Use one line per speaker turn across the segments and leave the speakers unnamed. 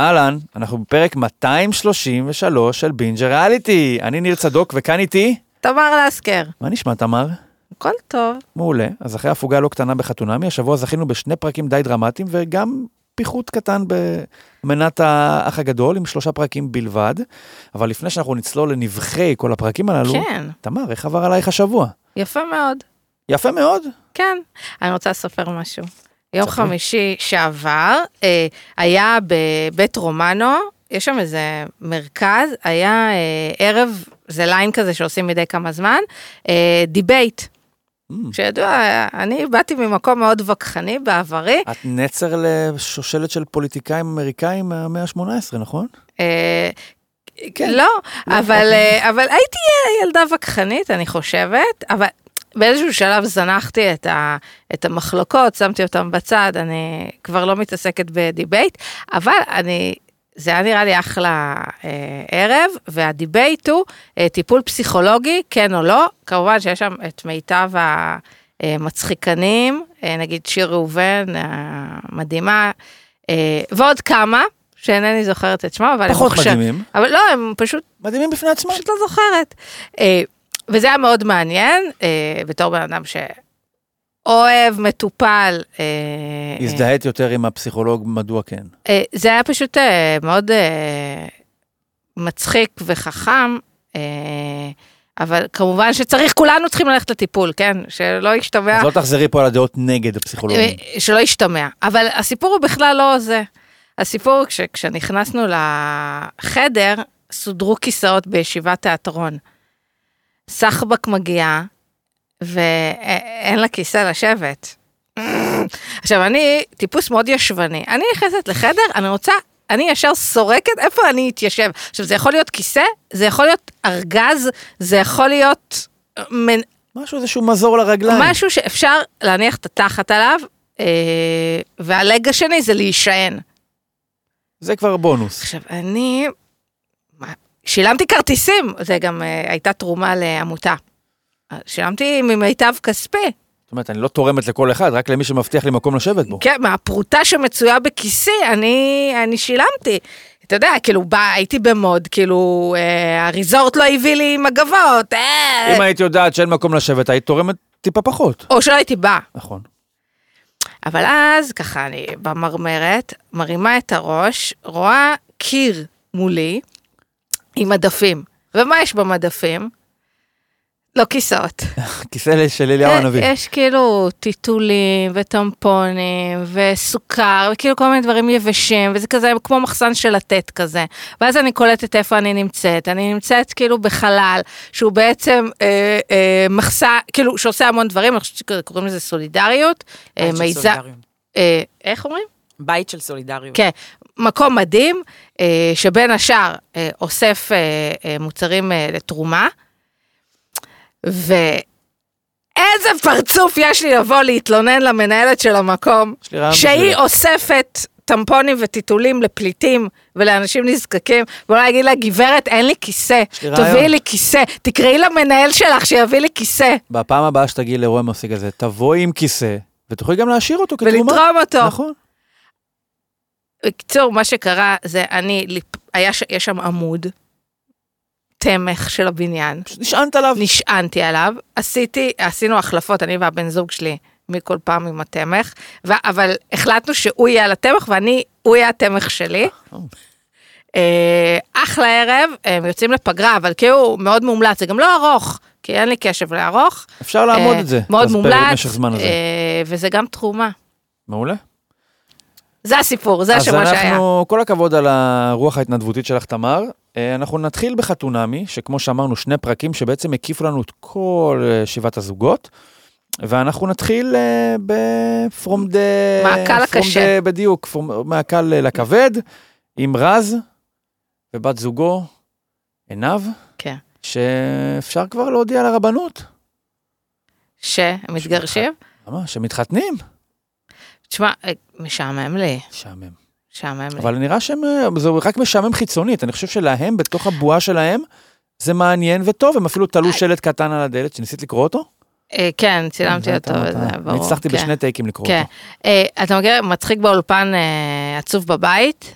אהלן, אנחנו בפרק 233 של בינג'ה ריאליטי. אני ניר צדוק וכאן איתי...
תמר לסקר,
מה נשמע, תמר?
הכל טוב.
מעולה. אז אחרי הפוגה לא קטנה בחתונמי, השבוע זכינו בשני פרקים די דרמטיים וגם פיחות קטן במנת האח הגדול עם שלושה פרקים בלבד. אבל לפני שאנחנו נצלול לנבחי כל הפרקים הללו,
כן,
תמר, איך עבר עלייך השבוע?
יפה מאוד.
יפה מאוד.
כן. אני רוצה לספר משהו. יום
ספרי.
חמישי שעבר אה, היה בבית רומנו, יש שם איזה מרכז, היה אה, ערב, זה ליין כזה שעושים מדי כמה זמן, אה, דיבייט.
Mm.
שידוע, אה, אני באתי ממקום מאוד וכחני בעברי,
את נצר לשושלת של פוליטיקאים אמריקאים מהמאה ה-18, נכון?
אה,
כן.
לא,
לא,
אבל,
אוקיי.
אה, אבל הייתי אה, ילדה וכחנית, אני חושבת, אבל באיזשהו שלב זנחתי את, ה, את המחלוקות, שמתי אותן בצד, אני כבר לא מתעסקת בדיבייט, אבל אני, זה היה נראה לי אחלה אה, ערב, והדיבייט הוא אה, טיפול פסיכולוגי, כן או לא, כמובן שיש שם את מיטב ה... אה, מצחיקנים, אה, נגיד שיר ראובן אה, המדהימה, אה, ועוד כמה, שאינני זוכרת את שמם, אבל הם
פחות
מוכשר-
מדהימים.
אבל לא, הם פשוט,
מדהימים בפני עצמם.
פשוט לא זוכרת. אה, וזה היה מאוד מעניין, אה, בתור בן אדם שאוהב, מטופל. אה,
הזדהית יותר עם הפסיכולוג, מדוע כן?
אה, זה היה פשוט אה, מאוד אה, מצחיק וחכם, אה, אבל כמובן שצריך, כולנו צריכים ללכת לטיפול, כן? שלא ישתמע
אז לא תחזרי פה על הדעות נגד הפסיכולוגים.
אה, שלא ישתמע. אבל הסיפור הוא בכלל לא זה. הסיפור הוא כש, כשנכנסנו לחדר, סודרו כיסאות בישיבת תיאטרון. סחבק מגיעה, ואין לה כיסא לשבת. עכשיו, אני טיפוס מאוד ישבני. אני נכנסת לחדר, אני רוצה, אני ישר סורקת איפה אני אתיישב. עכשיו, זה יכול להיות כיסא, זה יכול להיות ארגז, זה יכול להיות אה, מנ...
משהו, איזשהו מזור לרגליים.
משהו שאפשר להניח את התחת עליו, אה, והלג השני זה להישען.
זה כבר בונוס.
עכשיו, אני... מה, שילמתי כרטיסים, זה גם אה, הייתה תרומה לעמותה. שילמתי ממיטב כספי,
זאת אומרת, אני לא תורמת לכל אחד, רק למי שמבטיח לי מקום לשבת בו.
כן, מהפרוטה שמצויה בכיסי, אני, אני שילמתי. אתה יודע, כאילו, בא, הייתי במוד, כאילו, אה, הריזורט לא הביא לי מגבות, אה,
אם היית יודעת שאין מקום לשבת, היית תורמת טיפה פחות.
או שלא הייתי באה.
נכון.
אבל אז, ככה אני במרמרת, מרימה את הראש, רואה קיר מולי עם מדפים. ומה יש במדפים? לא כיסאות. אה,
כיסא של אליהו הנביא.
יש כאילו טיטולים וטמפונים וסוכר וכאילו כל מיני דברים יבשים וזה כזה כמו מחסן של לתת כזה. ואז אני קולטת איפה אני נמצאת, אני נמצאת כאילו בחלל שהוא בעצם אה, אה, מחסן, כאילו שעושה המון דברים, אני חושבת שקוראים לזה סולידריות, אה,
בית של
מיזם,
סולידריות.
אה, איך אומרים?
בית של סולידריות.
כן, מקום מדהים, אה, שבין השאר אה, אוסף אה, אה, מוצרים אה, לתרומה, ואיזה פרצוף יש לי לבוא להתלונן למנהלת של המקום,
יש לי רעיון
שהיא
בשבילך.
אוספת טמפונים וטיטולים לפליטים ולאנשים נזקקים, ואולי להגיד לה, גברת, אין לי כיסא,
לי רעיון."
תביאי לי כיסא, תקראי למנהל שלך שיביא לי כיסא,
בפעם הבאה שתגיעי לאירוע מהשיג הזה, תבואי עם כיסא, ותוכלי גם להשאיר אותו כתרומה.
ולתרום אותו.
נכון.
בקיצור, מה שקרה זה אני, ליפ- היה, ש- יש שם עמוד, תמך של הבניין,
פשוט נשענת עליו.
נשענתי עליו, עשיתי, עשינו החלפות, אני והבן זוג שלי, מכל פעם עם התמך, ו- אבל החלטנו שהוא יהיה על התמך ואני, הוא יהיה התמך שלי. אה, אחלה ערב, הם יוצאים לפגרה, אבל כאילו מאוד מומלץ, זה גם לא ארוך, כי אין לי קשב לארוך.
אפשר לעמוד
אה,
את זה.
מאוד
אז
מומלץ,
במשך זמן הזה.
אה, וזה גם תרומה.
מעולה.
זה הסיפור, זה
אז
שמה שהיה.
אנחנו, כל הכבוד על הרוח ההתנדבותית שלך, תמר. אה, אנחנו נתחיל בחתונמי, שכמו שאמרנו, שני פרקים שבעצם הקיפו לנו את כל אה, שבעת הזוגות. ואנחנו נתחיל אה, ב... From the...
מהקל
from
לקשה.
the- בדיוק, from- מהקל אה, לכבד, עם רז ובת זוגו, עינב,
כן.
שאפשר כבר להודיע לרבנות.
שמתגרשים?
למה? שמתחתנים?
תשמע, אה, משעמם לי,
משעמם.
משעמם לי.
אבל נראה שהם, אה, זה רק משעמם חיצונית, אני חושב שלהם, בתוך הבועה שלהם, זה מעניין וטוב, הם אפילו תלו שלט קטן על הדלת, שניסית לקרוא אותו?
אה, כן, צילמתי
זה
אותו,
אתה אמרת,
וזה ברור.
אני הצלחתי
כן.
בשני טייקים לקרוא
כן.
אותו.
אה, אתה מכיר, מצחיק באולפן אה, עצוב בבית,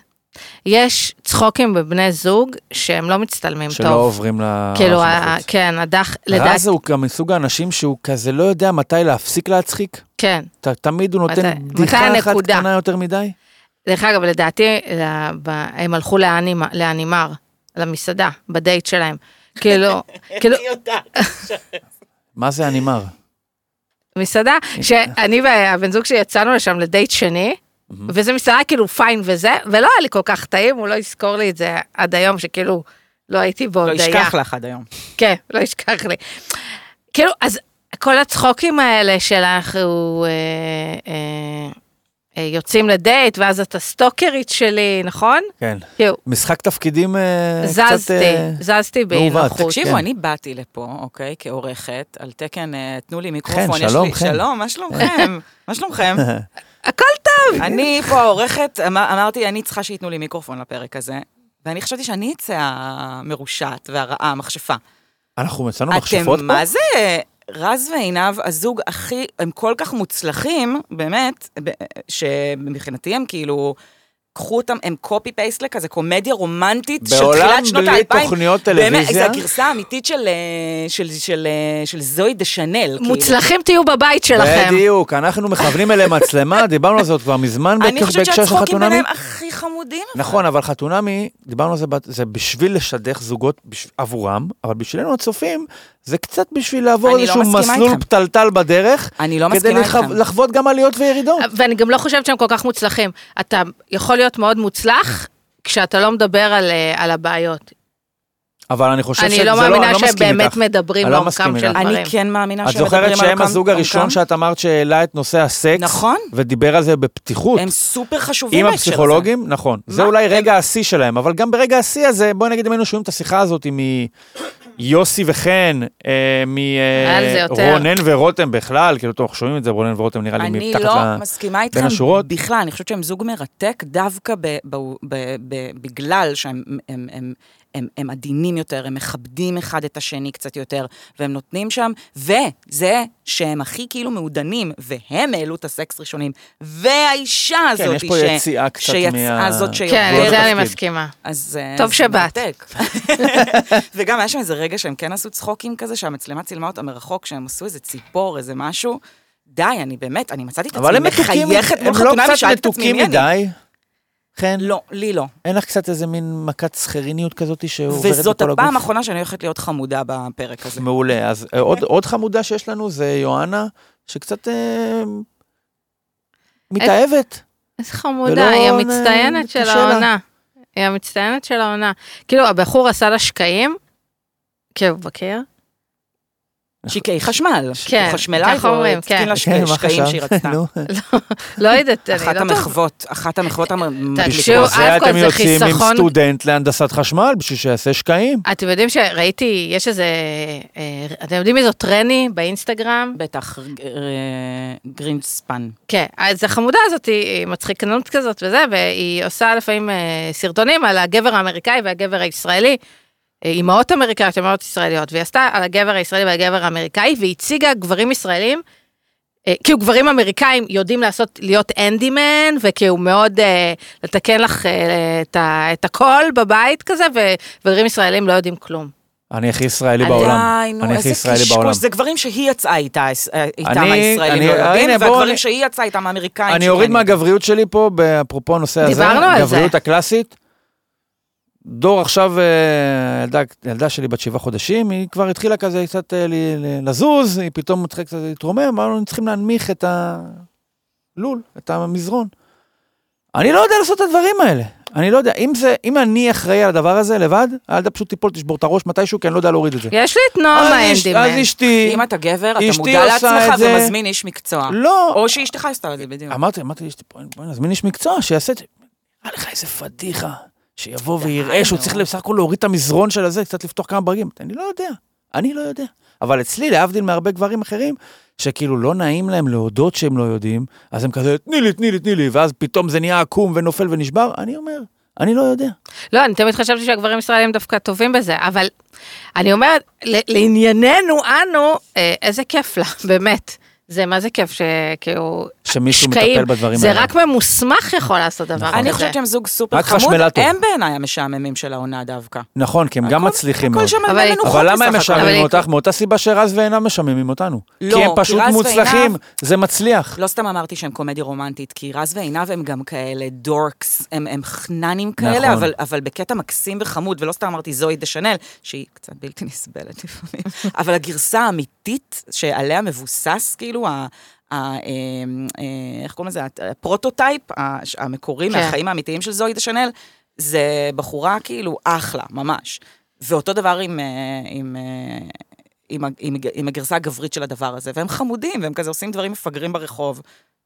יש צחוקים בבני זוג שהם לא מצטלמים
שלא
טוב.
עוברים ל...
כאילו,
החוץ.
ה- כן, הדח, לדעתי,
רז הוא גם מסוג האנשים שהוא כזה לא יודע מתי להפסיק להצחיק.
כן.
ת- תמיד הוא נותן
מתי- מתי
בדיחה אחת
הנקודה?
קטנה יותר מדי.
דרך אגב, לדעתי, ל- ב- הם הלכו לאנימה- לאנימר, למסעדה, בדייט שלהם. כאילו, כאילו,
מה זה הנימר?
מסעדה שאני והבן זוג שלי יצאנו לשם לדייט שני, וזה מסעדה כאילו פיין וזה, ולא היה לי כל כך טעים, הוא לא יזכור לי את זה עד היום, שכאילו לא הייתי
לא
בהודיה.
ישכח לך עד היום.
כן, לא ישכח לי. כאילו, אז כל הצחוקים האלה של אנחנו אה, אה, אה, יוצאים לדייט, ואז את הסטוקרית שלי, נכון?
כן.
כאילו,
משחק תפקידים אה, קצת...
זזתי,
אה,
זזתי באי
מעוות.
נוחות.
תקשיב,
תקשיבו,
כן.
אני באתי לפה, אוקיי, כעורכת, על תקן, אה, תנו לי מיקרופון.
חן,
יש
שלום,
לי-
חן.
שלום, כן. מה שלומכם? מה שלומכם?
הכל טוב.
אני פה העורכת, אמר- אמרתי, אני צריכה שייתנו לי מיקרופון לפרק הזה, ואני חשבתי שאני אצא המרושעת והרעה, המכשפה.
אנחנו מצאנו מכשפות
אתם,
פה?
מה זה? רז ועינב, הזוג הכי, הם כל כך מוצלחים, באמת, ב- שמבחינתי הם כאילו, קחו אותם, הם קופי פייסט לכזה קומדיה רומנטית של
בעולם
תחילת שנות
בלי
האלפיים.
תוכניות
באמת, זו
טלוויזיה.
הגרסה האמיתית של, אה, של, של, של, אה, של זוהי דה שאנל. כאילו.
מוצלחים תהיו בבית שלכם.
בדיוק, אנחנו מכוונים אליהם מצלמה, דיברנו על זאת כבר מזמן
אני
בהקשר
חושבת
בהקשר של
שהצחוקים
חתונמי.
ביניהם הכי חמודים.
נכון, אבל חתונמי, דיברנו על זה, בת- זה בשביל לשדך זוגות בש- עבורם, אבל בשבילנו הצופים, זה קצת בשביל לעבור
אני לא
איזשהו
מסכימה
מסלול
איתכם.
פתלתל בדרך,
אני לא
כדי
מסכימה
לחו-
איתכם.
לחוות גם עליות וירידות.
ואני גם לא חושבת שהם כל כך מוצלחים. אתה יכול להיות מאוד מוצלח כשאתה לא מדבר על, אה, על הבעיות.
אבל אני חושב
אני
שזה
לא
לא, אני
מאמינה
לא מסכים
שבאמת
איתך.
מדברים
אני לא
לעומקם
מסכים
של
איתך.
דברים.
אני כן מאמינה
את
שמדברים
זוכרת שהם
עומקם-
הזוג הראשון
עומקם?
שאת אמרת שהעלה את נושא הסקס,
נכון.
ודיבר על זה בפתיחות.
הם סופר חשובים
עם
בהקשר הזה.
הפסיכולוגים, נכון. זה
מה?
אולי רגע השיא שלהם, אבל גם ברגע השיא הזה, בואי נגיד אם היינו שומעים את השיחה הזאת מיוסי וחן, אה,
על זה יותר.
מרונן ורותם בכלל, כאילו, טוב, אנחנו שומעים את זה, רונן ורותם נראה לי
אני
מתחת
לא
ל...
מסכימה איתכם
השורות.
בכלל, אני חושבת שהם זוג מרתק דווקא ב, ב, ב, ב, בגלל שהם הם, הם, הם, הם, הם עדינים יותר, הם מכבדים אחד את השני קצת יותר, והם נותנים שם, וזה שהם הכי כאילו מעודנים, והם העלו את הסקס ראשונים, והאישה
כן,
הזאת
יש פה יציאה קצת
שיצאה
מה-
זאת שיורדת.
כן,
לא
לזה אני
לתפקיד.
מסכימה.
אז... אה,
טוב
זה
שבאת.
מרתק. וגם היה שם איזה רגע שהם כן עשו צחוקים כזה, שהמצלמה צילמה אותם מרחוק, שהם עשו איזה ציפור, איזה משהו. די, אני באמת, אני מצאתי את
אבל
עצמי
הם מתוקים,
מחייכת מול
הם לא
חתונה,
קצת
ושאלתי את עצמי
מתוקים
מי אני.
מדי. חן,
לא, לי לא.
אין לך קצת איזה מין מכת סכריניות כזאת שעוברת בכל הגוף?
וזאת הפעם האחרונה שאני הולכת להיות חמודה בפרק הזה.
מעולה. אז אה, עוד, עוד חמודה שיש לנו זה יואנה, שקצת אה, מתאהבת.
איזה חמודה,
ולא
היא
נ-
המצטיינת של
קשה לה.
העונה. היא המצטיינת של העונה. כאילו, הבחור עשה לה שקעים, כאילו, בקיר.
שקעי חשמל.
כן,
הוא חשמלאי,
ככה אומרים, כן.
והתקין לה
כן,
שק-
מה
שקעים
חשבת?
שהיא רצתה.
נו.
לא יודעת, אני
אחת
לא טוב.
המחוות, אחת המחוות
תקשיבו, אה,
המדליקות.
בשביל זה
אלכוהול
אתם
זה
יוצאים עם
חיסכון.
סטודנט להנדסת חשמל, בשביל שיעשה שקעים.
אתם יודעים שראיתי, יש איזה, אה, אתם יודעים מי זאת רני באינסטגרם?
בטח, אה, גרינספן.
כן, אז החמודה הזאת היא היא מצחיקנות כזאת וזה, והיא עושה לפעמים אה, סרטונים על הגבר האמריקאי והגבר הישראלי, אה, אימהות אמריקאיות, אימהות ישראליות, והיא עשתה על הגבר הישראלי והגבר האמריקאי, והיא הציגה גברים ישראלים, אה, כאילו גברים אמריקאים יודעים לעשות, להיות אנדימן, וכאילו מאוד אה, לתקן לך אה, את, ה, את הכל בבית כזה, וגברים ישראלים לא יודעים כלום.
אני הכי ישראלי
די,
בעולם.
די, נו,
אני הכי
איזה
ישראלי בעולם.
קשקוש, זה גברים שהיא יצאה איתה, אה, איתם
אני- אני-
הישראלים לא יודעים,
הנה, בואו אני-
והגברים שהיא יצאה איתם האמריקאים.
אני
שכן
אוריד
יודעים.
מהגבריות שלי פה, אפרופו הנושא הזה.
דיברנו על זה.
הגבריות הקלאסית. דור עכשיו, אה, ילדה, ילדה שלי בת שבעה חודשים, היא כבר התחילה כזה קצת אה, ל- ל- לזוז, היא פתאום התחילה קצת להתרומם, אמרנו, צריכים להנמיך את הלול, את המזרון. אני לא יודע לעשות את הדברים האלה. אני לא יודע, אם זה, אם אני אחראי על הדבר הזה לבד, הילדה פשוט תיפול, תשבור את הראש מתישהו, כי אני לא יודע להוריד את זה.
יש לי את
אז
נועם
אש- אז
האנדימן.
אשתי,
אם אתה גבר,
אשתי
אתה
עושה
מודע לעצמך
את זה.
ומזמין איש מקצוע.
לא,
או שאשתך עשתה את זה בדיוק.
כן. אמרתי, אמרתי לאשתי, בואי בואי נזמין איש מקצוע, שיעשה את זה. נראה לך איזה פדיחה, שיבוא ויראה שהוא
נו.
צריך בסך הכל להוריד את המזרון של הזה, קצת לפתוח כמה ברגים. אני לא יודע, אני לא יודע. אבל אצלי, להבדיל מהרבה גברים אחרים, שכאילו לא נעים להם להודות שהם לא יודעים, אז הם כזה, תני לי, תני לי, תני לי, ואז פתאום זה נהיה עקום ונופל ונשבר, אני אומר, אני לא יודע.
לא, אני תמיד חשבתי שהגברים ישראלים דווקא טובים בזה, אבל אני אומרת, ל- לענייננו אנו, אה, איזה כיף לה, באמת. זה מה זה כיף שכאילו...
שמישהו
שקעים.
מטפל בדברים
זה
האלה. נכון.
רק ממוסמך יכול לעשות דבר כזה.
אני חושבת שהם זוג סופר
רק
חמוד,
חשמלטור.
הם בעיניי המשעממים של העונה דוחה.
נכון, כי הם גם
הכל-
מצליחים
הכל
מאוד.
שם על
אבל-
מנוחות
אבל למה הם
בסך הכל.
אבל היא-
משעממים אותך? מאותה סיבה שרז ועינב משעממים אותנו.
לא,
כי הם
כי
פשוט
רז
מוצלחים,
ועינב-
זה מצליח.
לא סתם אמרתי שהם קומדיה רומנטית, כי רז ועינב הם גם כאלה דורקס, הם, הם חננים כאלה,
נכון.
אבל, אבל בקטע מקסים וחמוד, ולא סתם אמרתי זוהי דה שנל, שהיא קצת בלתי נסבלת לפעמים, אבל הגרסה האמיתית שעליה מבוסס, כאילו, ה... ה- אה, אה, איך קוראים לזה? הפרוטוטייפ ה- המקורי
כן.
מהחיים האמיתיים של זוהי דה שנל, זה בחורה כאילו אחלה, ממש. ואותו דבר עם, אה, עם, אה, עם, ה- עם, הג- עם הגרסה הגברית של הדבר הזה, והם חמודים, והם כזה עושים דברים מפגרים ברחוב,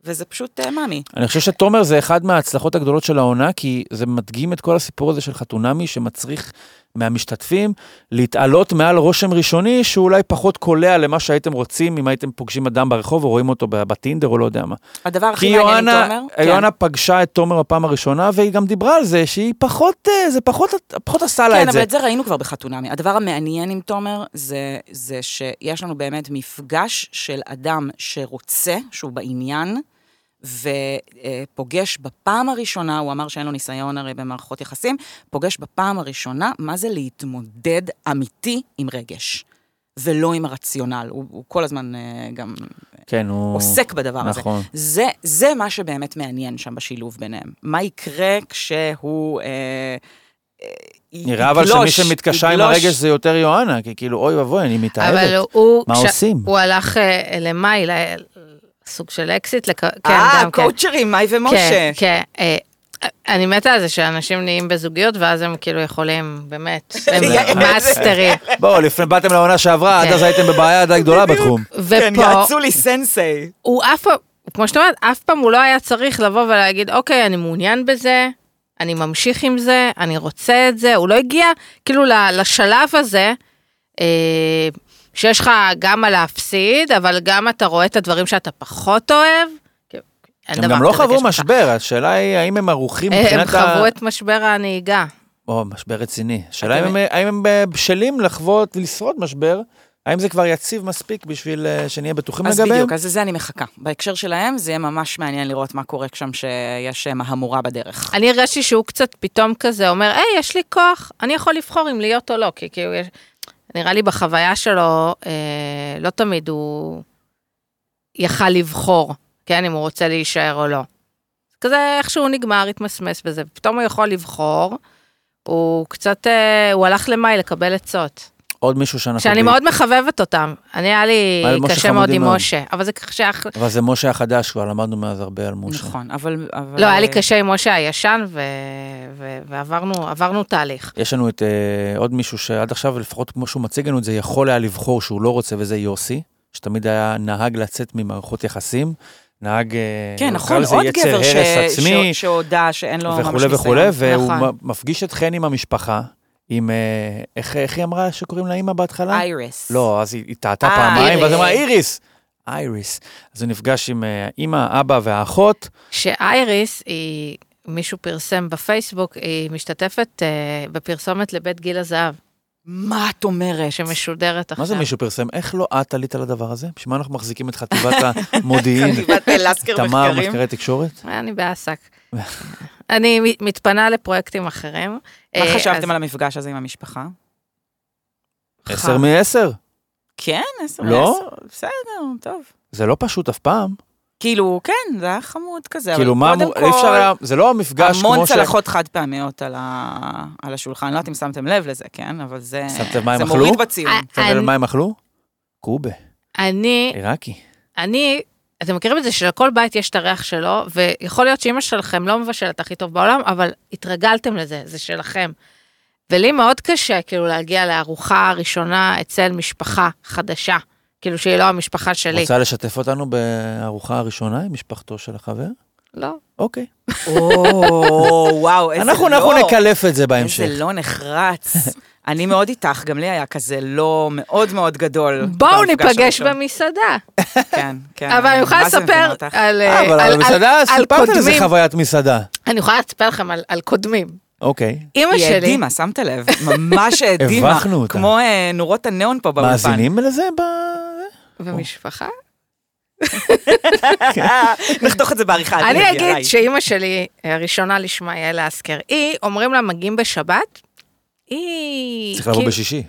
וזה פשוט אה, מאמי.
אני חושב שתומר זה אחד מההצלחות הגדולות של העונה, כי זה מדגים את כל הסיפור הזה של חתונמי, שמצריך מהמשתתפים להתעלות מעל רושם ראשוני, שאולי פחות קולע למה שהייתם רוצים, אם הייתם פוגשים אדם ברחוב או רואים אותו ב- בטינדר או לא יודע מה.
הדבר
כי
הכי מעניין,
יוהנה, אה,
תומר, כן.
יוהנה פגשה את תומר בפעם הראשונה, והיא גם דיברה על זה שהיא פחות, אה, זה פחות, פחות עשה לה את
כן, אבל
זה.
את זה ראינו כבר בחתונמי. הדבר המעניין עם תומר זה, זה שיש לנו באמת מפגש של אדם שרוצה, שהוא בעניין, ופוגש בפעם הראשונה, הוא אמר שאין לו ניסיון הרי במערכות יחסים, פוגש בפעם הראשונה מה זה להתמודד אמיתי עם רגש, ולא עם הרציונל. הוא, הוא כל הזמן אה, גם
כן, הוא...
עוסק בדבר הזה.
נכון.
זה, זה מה שבאמת מעניין שם בשילוב ביניהם. מה יקרה כשהוא... אה, אה,
נראה אבל שמי
יגלוש-
שמתקשה עם
יגלוש-
הרגש זה יותר יוהנה, כי כאילו, אוי ואבוי, אני מתאהבת.
אבל הוא...
מה עושים?
הוא הלך אה, למאי, ל- סוג של אקזיט, לכ- כן,
אה,
גם כן.
קואוצ'רים, מאי
כן,
ומשה.
כן. אה, אני מתה על זה שאנשים נהיים בזוגיות, ואז הם כאילו יכולים, באמת, הם
זה-
מאסטרים.
בואו, לפני, באתם לעונה שעברה, עד
כן.
אז הייתם בבעיה די גדולה בתחום.
כן,
ופה,
יעצו לי סנסei.
הוא אף פעם, כמו שאת אומרת, אף פעם הוא לא היה צריך לבוא ולהגיד, אוקיי, אני מעוניין בזה, אני ממשיך עם זה, אני רוצה את זה, הוא לא הגיע כאילו ל- לשלב הזה, אה, שיש לך גם מה להפסיד, אבל גם אתה רואה את הדברים שאתה פחות אוהב. כאילו, אין
הם
דבר
גם לא
כזה
חוו
קשר.
משבר, השאלה היא האם הם ערוכים
אה, הם
מבחינת ה...
חוו את משבר הנהיגה.
או, משבר רציני. השאלה אם הם- האם הם אה, בשלים לחוות ולשרוד משבר, האם זה כבר יציב מספיק בשביל אה, שנהיה בטוחים
אז
לגביהם?
בדיוק, אז לזה אני מחכה. בהקשר שלהם, זה יהיה ממש מעניין לראות מה קורה שם שיש אה, מהמורה בדרך.
אני הרגשתי שהוא קצת פתאום כזה אומר, היי, יש לי כוח, אני יכול לבחור אם להיות או לא, כי כאילו, יש... נראה לי בחוויה שלו, אה, לא תמיד הוא יכל לבחור, כן, אם הוא רוצה להישאר או לא. כזה איכשהו נגמר, התמסמס בזה, פתאום הוא יכול לבחור, הוא קצת, אה, הוא הלך למאי לקבל עצות,
עוד מישהו שאנחנו...
שאני
ב-
מאוד מחבבת אותם, אני היה לי
אבל משה
קשה
חמודי
מאוד עם
מאוד.
משה, אבל זה שייך,
אבל זה משה החדש, כבר למדנו מאז הרבה על משה.
נכון, אבל... אבל-
לא, היה לי קשה עם משה הישן, ו... ו... ועברנו עברנו תהליך.
יש לנו את אה, עוד מישהו שעד עכשיו, לפחות כמו שהוא מציג לנו את זה, יכול היה לבחור שהוא לא רוצה, וזה יוסי, שתמיד היה נהג לצאת ממערכות יחסים. נהג, אה,
כן,
נקרא
נכון,
לזה
עוד
יצר
גבר ש-
הרס עצמי,
ש- שהודה שאין לו לא, ממש
וכולי
ניסיון.
וכולי, והוא
נכון.
מ- מפגיש את חן עם המשפחה, עם, אה, איך איך היא אמרה שקוראים לאימא בהתחלה?
איירס.
לא, אז היא היא טעתה
אה,
פעמיים, ואז
איריס.
אמרה איריס. איריס. אז הוא נפגש עם אה, אימא, אבא והאחות.
נכון.
שאייריס היא, מישהו פרסם בפייסבוק, היא משתתפת אה, בפרסומת לבית גיל הזהב,
מה את אומרת?
שמשודרת עכשיו.
מה זה מישהו פרסם? איך לא את עלית על הדבר הזה? בשביל מה אנחנו מחזיקים את חטיבת המודיעין?
חטיבת לסקר
תמר,
מחקרים.
מחקרי תקשורת?
אני באסק. אני מ- מתפנה לפרויקטים אחרים. אה,
מה חשבתם על המפגש הזה עם המשפחה?
עשר מעשר.
כן, עשר
לא?
מעשר, בסדר, טוב.
זה לא פשוט אף פעם.
כאילו, כן, זה היה חמוד כזה,
כאילו,
אבל
מה
קודם
אמור,
כל,
אי אפשר היה, זה לא המפגש
המון
כמו ש...
צלחות חד פעמיות על, ה... על השולחן, לא יודעת אם שמתם לב לזה, כן? אבל זה,
שמת לב מה הם
זה
אכלו?
מוריד בציון.
אה,
אתה יודע מה הם אכלו? קובה,
אני,
עיראקי.
אני, אתם מכירים את זה שלכל בית יש את הריח שלו, ויכול להיות שאימא שלכם לא מבשלת הכי טוב בעולם, אבל התרגלתם לזה, זה שלכם. ולי מאוד קשה כאילו להגיע לארוחה ראשונה אצל משפחה חדשה, כאילו שהיא לא המשפחה שלי.
רוצה לשתף אותנו בארוחה הראשונה עם משפחתו של החבר?
לא.
אוקיי.
או, וואו, איזה
אנחנו
לא.
אנחנו נקלף את זה בהמשך.
איזה לא נחרץ. אני מאוד איתך, גם לי היה כזה לא מאוד מאוד גדול.
בואו
במפגש
ניפגש
הראשון.
במסעדה.
כן, כן.
אבל אני יכולה
מה זה מבין
לספר
אותך?
על, אה,
אבל על
על, על,
המסעדה,
על
סיפרת על איזה
קודמים.
חוויית מסעדה.
אני יכולה לספר לכם על, על קודמים.
אוקיי.
אימא
היא
שלי,
העדימה, שמת לב, ממש העדימה.
הבכנו אותה.
כמו אה, נורות הנאון פה באולפן.
מאזינים לזה ב...
ומשפחה,
נחתוך את זה בעריכה. אל
כן. אני
תדאגי,
אגיד
עליי.
שאימא שלי, אה, הראשונה לשמה, יעל אסקר, היא, אומרים לה, מגיעים בשבת, היא...
צריך לבוא
כאילו-
בשישי.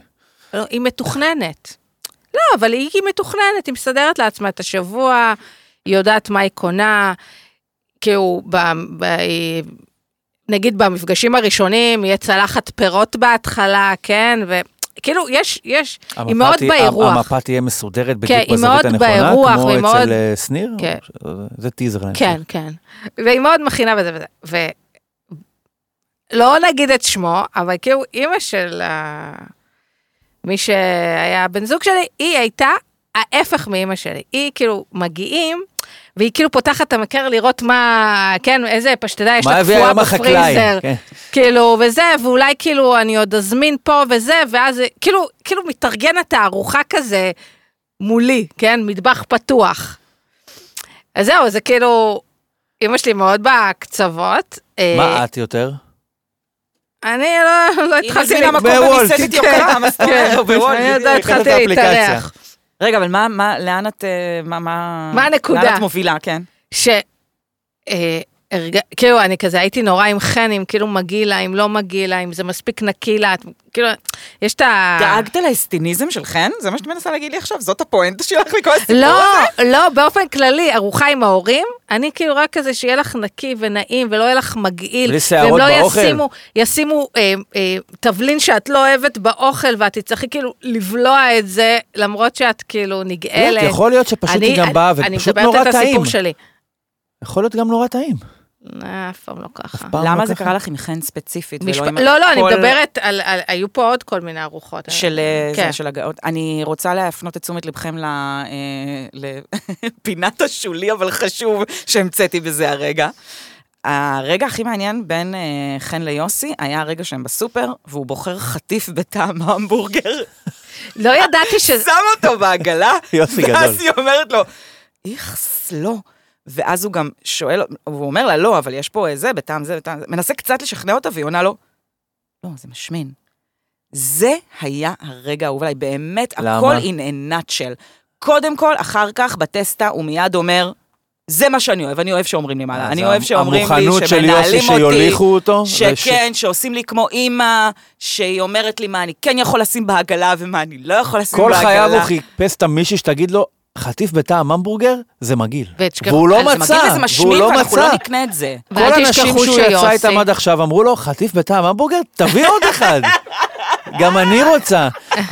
לא, היא מתוכננת. לא, אבל היא, היא מתוכננת, היא מסדרת לעצמה את השבוע, היא יודעת מה היא קונה, כאילו, ב, ב, היא, נגיד במפגשים הראשונים, יהיה צלחת פירות בהתחלה, כן, וכאילו, יש, יש, היא
המפה
מאוד
תהיה-
באירוח.
המפה תהיה מסודרת
כן,
בדיוק
היא
בזווית
מאוד
הנכונה,
באירוח,
כמו
והיא מאוד-
אצל אה, שניר?
כן.
זה טיזר. אני חושב.
כן, כן. והיא מאוד מכינה בזה וזה. ו... לא נגיד את שמו, אבל כאילו אימא של ה... מי שהיה בן זוג שלי, היא הייתה ההפך מאימא שלי. היא כאילו מגיעים, והיא כאילו פותחת את המקרר לראות מה, כן, איזה פשטדה יש
מה
לה
הביא
קפואה
היום החקלאי?
בפריזר.
כן.
כאילו, וזה, ואולי כאילו אני עוד אזמין פה וזה, ואז כאילו, כאילו מתארגנת תערוכה כזה מולי, כן? מטבח פתוח. אז זהו, זה כאילו, אמא שלי מאוד בקצוות.
מה את יותר?
אני לא, לא
היא
התחלתי
מזמינה מקום
בוולט,
במסעדת
כן.
יוקרה, מה זאת
כן,
אומרת? בוולט.
אני עוד לא
לקחת את
התחלתי
האפליקציה.
להתארח.
רגע, אבל מה, מה, לאן את, אה, מה, מה...
מה הנקודה?
לאן את מובילה, כן.
ש... אה, הרג... כאילו, אני כזה הייתי נורא עם חן, אם כאילו מגעיל לה, אם לא מגעיל לה, אם זה מספיק נקי לה, את- כאילו, יש את ה...
דאגת לאסטיניזם של חן? זה מה שאת מנסה להגיד לי עכשיו? זאת הפואנטה שלך מכל הסיפור
לא,
הזה?
לא, באופן כללי, ארוחה עם ההורים, אני כאילו רק כזה שיהיה לך נקי ונעים ולא יהיה לך מגעיל.
בלי שערות
והם לא
באוכל.
ישימו, ישימו אה, אה, תבלין שאת לא אוהבת באוכל ואת תצטרכי כאילו לבלוע את זה, למרות שאת כאילו נגאלת.
יכול להיות שפשוט היא גם באה ופשוט נורא
אני מדברת את
טעים.
הסיפור שלי.
יכול להיות גם נורא טעים.
אה, אף פעם לא ככה.
פעם
למה
לא
זה
ככה.
קרה לך עם חן ספציפית? ולא
משפ...
עם
לא, לא, אני
כל-
מדברת על, על, היו פה עוד כל מיני ארוחות.
של, אה,
כן.
זה, של הגאות. אני רוצה להפנות את תשומת לבכם ל- אה, לפינת השולי, אבל חשוב שהמצאתי בזה הרגע. הרגע הכי מעניין בין אה, חן ליוסי היה הרגע שהם בסופר, והוא בוחר חטיף בטעם המבורגר,
לא ידעתי שזה...
שם אותו בעגלה,
יוסי גדול.
ואז היא אומרת לו, איכס, לא. ואז הוא גם שואל, והוא אומר לה, לא, אבל יש פה אה, זה, בטעם זה, בטעם זה, מנסה קצת לשכנע אותה, והיא עונה לו, לא, זה משמין. זה היה הרגע האהוב עליי, באמת,
למה?
הכל in a nutshell. קודם כל, אחר כך, בטסטה, הוא מיד אומר, זה מה שאני אוהב, אני אוהב שאומרים לי מה לה,
אז
אני אוהב שאומרים לי,
המוכנות של יוסי
שמנהלים אותי,
שיוליכו אותו, וש-
שכן, שעושים לי כמו אימא, שהיא אומרת לי מה אני כן יכול לשים בעגלה ומה אני לא יכול לשים
כל
בעגלה.
חייו הוא חיפש את המישהי שתגיד לו, חטיף בטעם המבורגר, זה מגעיל.
ותשכחו-
והוא
אז
לא
זה
מצא,
מגעיל וזה
והוא
משמין,
לא
ואנחנו לא
מצא.
נקנה את זה.
כל
ואל
האנשים
תשכחו
שהוא יצא
שיוסי-
איתם עד עכשיו אמרו לו, חטיף בטעם המבורגר, תביא עוד אחד. גם אני רוצה.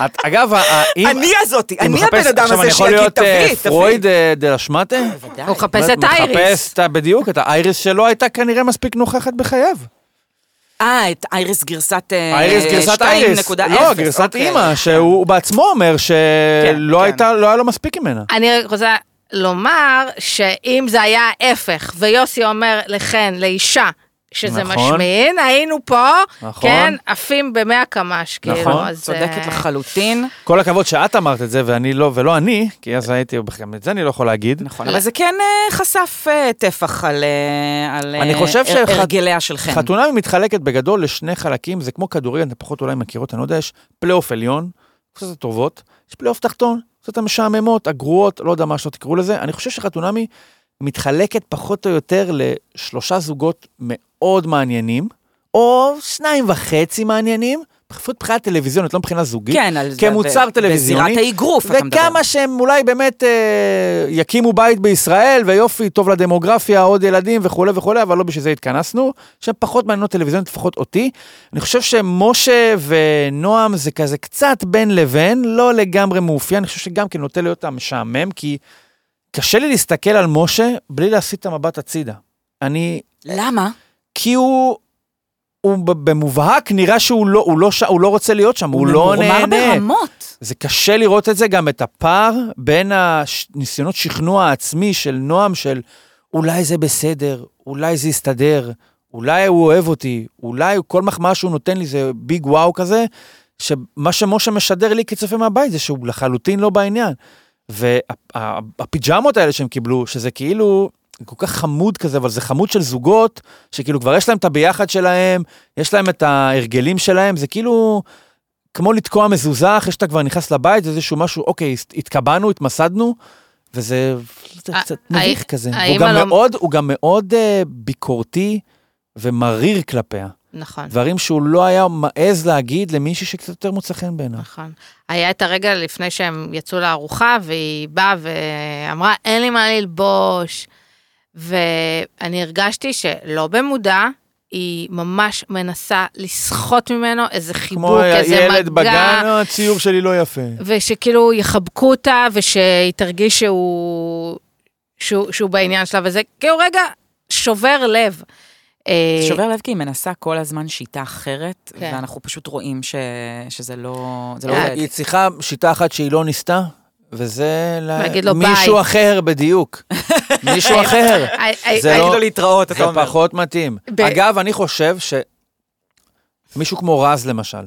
את- אגב, ה- ה- אם...
אני הזאתי,
אם
אני
מחפש-
הבן אדם
עכשיו,
הזה
אני יכול
שיגיד,
להיות אה,
תביא, תביא.
פרויד אה, דה לה שמאטה?
הוא מחפש את
מחפש
אייריס.
את ה- בדיוק, את האייריס שלו הייתה כנראה מספיק נוכחת בחייו.
אה, את אייריס גרסת אה,
אייריס גרסת אייריס.
2.0.
לא, גרסת
אוקיי.
אימא, שהוא בעצמו אומר שלא
כן.
הייתה, לא היה לו מספיק ממנה.
אני רק רוצה לומר שאם זה היה ההפך, ויוסי אומר לכן, לאישה, שזה
נכון.
משמין, היינו פה,
נכון.
כן, עפים במאה קמ"ש, כאילו,
נכון,
אז...
צודקת
אה,
לחלוטין.
כל הכבוד שאת אמרת את זה ואני לא, ולא אני, כי אז הייתי, גם את זה אני לא יכול להגיד.
נכון, אבל זה כן אה, חשף אה, טפח על אה, על,
אני
אה,
חושב
הר-
שחת-
הרגליה של חן.
חתונה מתחלקת בגדול לשני חלקים, זה כמו כדורגל, אתם פחות אולי מכירות, אני לא יודע, יש פלייאוף עליון, קצת הטובות, יש פלייאוף תחתון, קצת המשעממות, הגרועות, לא יודע מה שלא תקראו לזה. אני חושב שחתונמי מתחלקת פחות או יותר לשלושה זוגות מאוד מעניינים, או שניים וחצי מעניינים, פחות מבחינה טלוויזיונית, לא מבחינה זוגית.
כן, על זה.
כמוצר
ב-
טלוויזיוני.
בזירת האגרוף, אתה מדבר.
וכמה שהם אולי באמת אה, יקימו בית בישראל, ויופי, טוב לדמוגרפיה, עוד ילדים וכולי וכולי, אבל לא בשביל זה התכנסנו. שהן פחות מעניינות טלוויזיונית, לפחות אותי. אני חושב שמשה ונועם זה כזה קצת בין לבין, לא לגמרי מאופיין, אני חושב שגם כן נוטה להיות המשעמם, כי קשה לי להסתכל על משה בלי להסיט את המבט הצידה. אני
למה?
כי הוא... הוא ב- במובהק נראה שהוא לא, הוא לא, ש- הוא לא רוצה להיות שם, הוא, לא נהנה.
ממורמר ברמות.
זה קשה לראות את זה, גם את הפער בין הניסיונות שכנוע העצמי של נועם, של אולי זה בסדר, אולי זה יסתדר, אולי הוא אוהב אותי, אולי כל מחמאה שהוא נותן לי זה ביג וואו כזה, שמה שמשה משדר לי כצופה מהבית זה שהוא לחלוטין לא בעניין. והפיג'מות האלה שהם קיבלו, שזה כאילו, כל כך חמוד כזה, אבל זה חמוד של זוגות, שכאילו כבר יש להם את הביחד שלהם, יש להם את ההרגלים שלהם, זה כאילו כמו לתקוע מזוזה אחרי שאתה כבר נכנס לבית, זה איזשהו משהו, אוקיי, הת- התקבענו, התמסדנו, וזה זה
ה-
קצת מביך
האי-
כזה. הוא
האמא
גם
לא-
מאוד, הוא גם מאוד אה, ביקורתי ומריר כלפיה.
נכון.
דברים שהוא לא היה מעז להגיד למישהי שקצת יותר מוצא חן בעיניו.
נכון. היה את הרגע לפני שהם יצאו לארוחה, והיא באה ואמרה, אין לי מה ללבוש. ואני הרגשתי שלא במודע, היא ממש מנסה לסחוט ממנו איזה חיבוק,
כמו
איזה מגע.
ילד בגן, "אה, הציור שלי לא יפה.
ושכאילו יחבקו אותה, ושהיא תרגיש שהוא, שהוא, שהוא בעניין שלה, וזה כאילו רגע שובר לב. אה,
זה שובר לב כי היא מנסה כל הזמן שיטה אחרת,
כן.
ואנחנו פשוט רואים ש... שזה לא... זה לא
אה,
עובד.
היא צריכה שיטה אחת שהיא לא ניסתה, וזה ל-
להגיד לו
מישהו
ביי.
אחר בדיוק. מישהו אחר.
אה, אה,
זה
אה,
לא-
להגיד לו להתראות, אתה
זה
אומר.
פחות מתאים.
ב-
אגב, אני חושב שמישהו כמו רז למשל,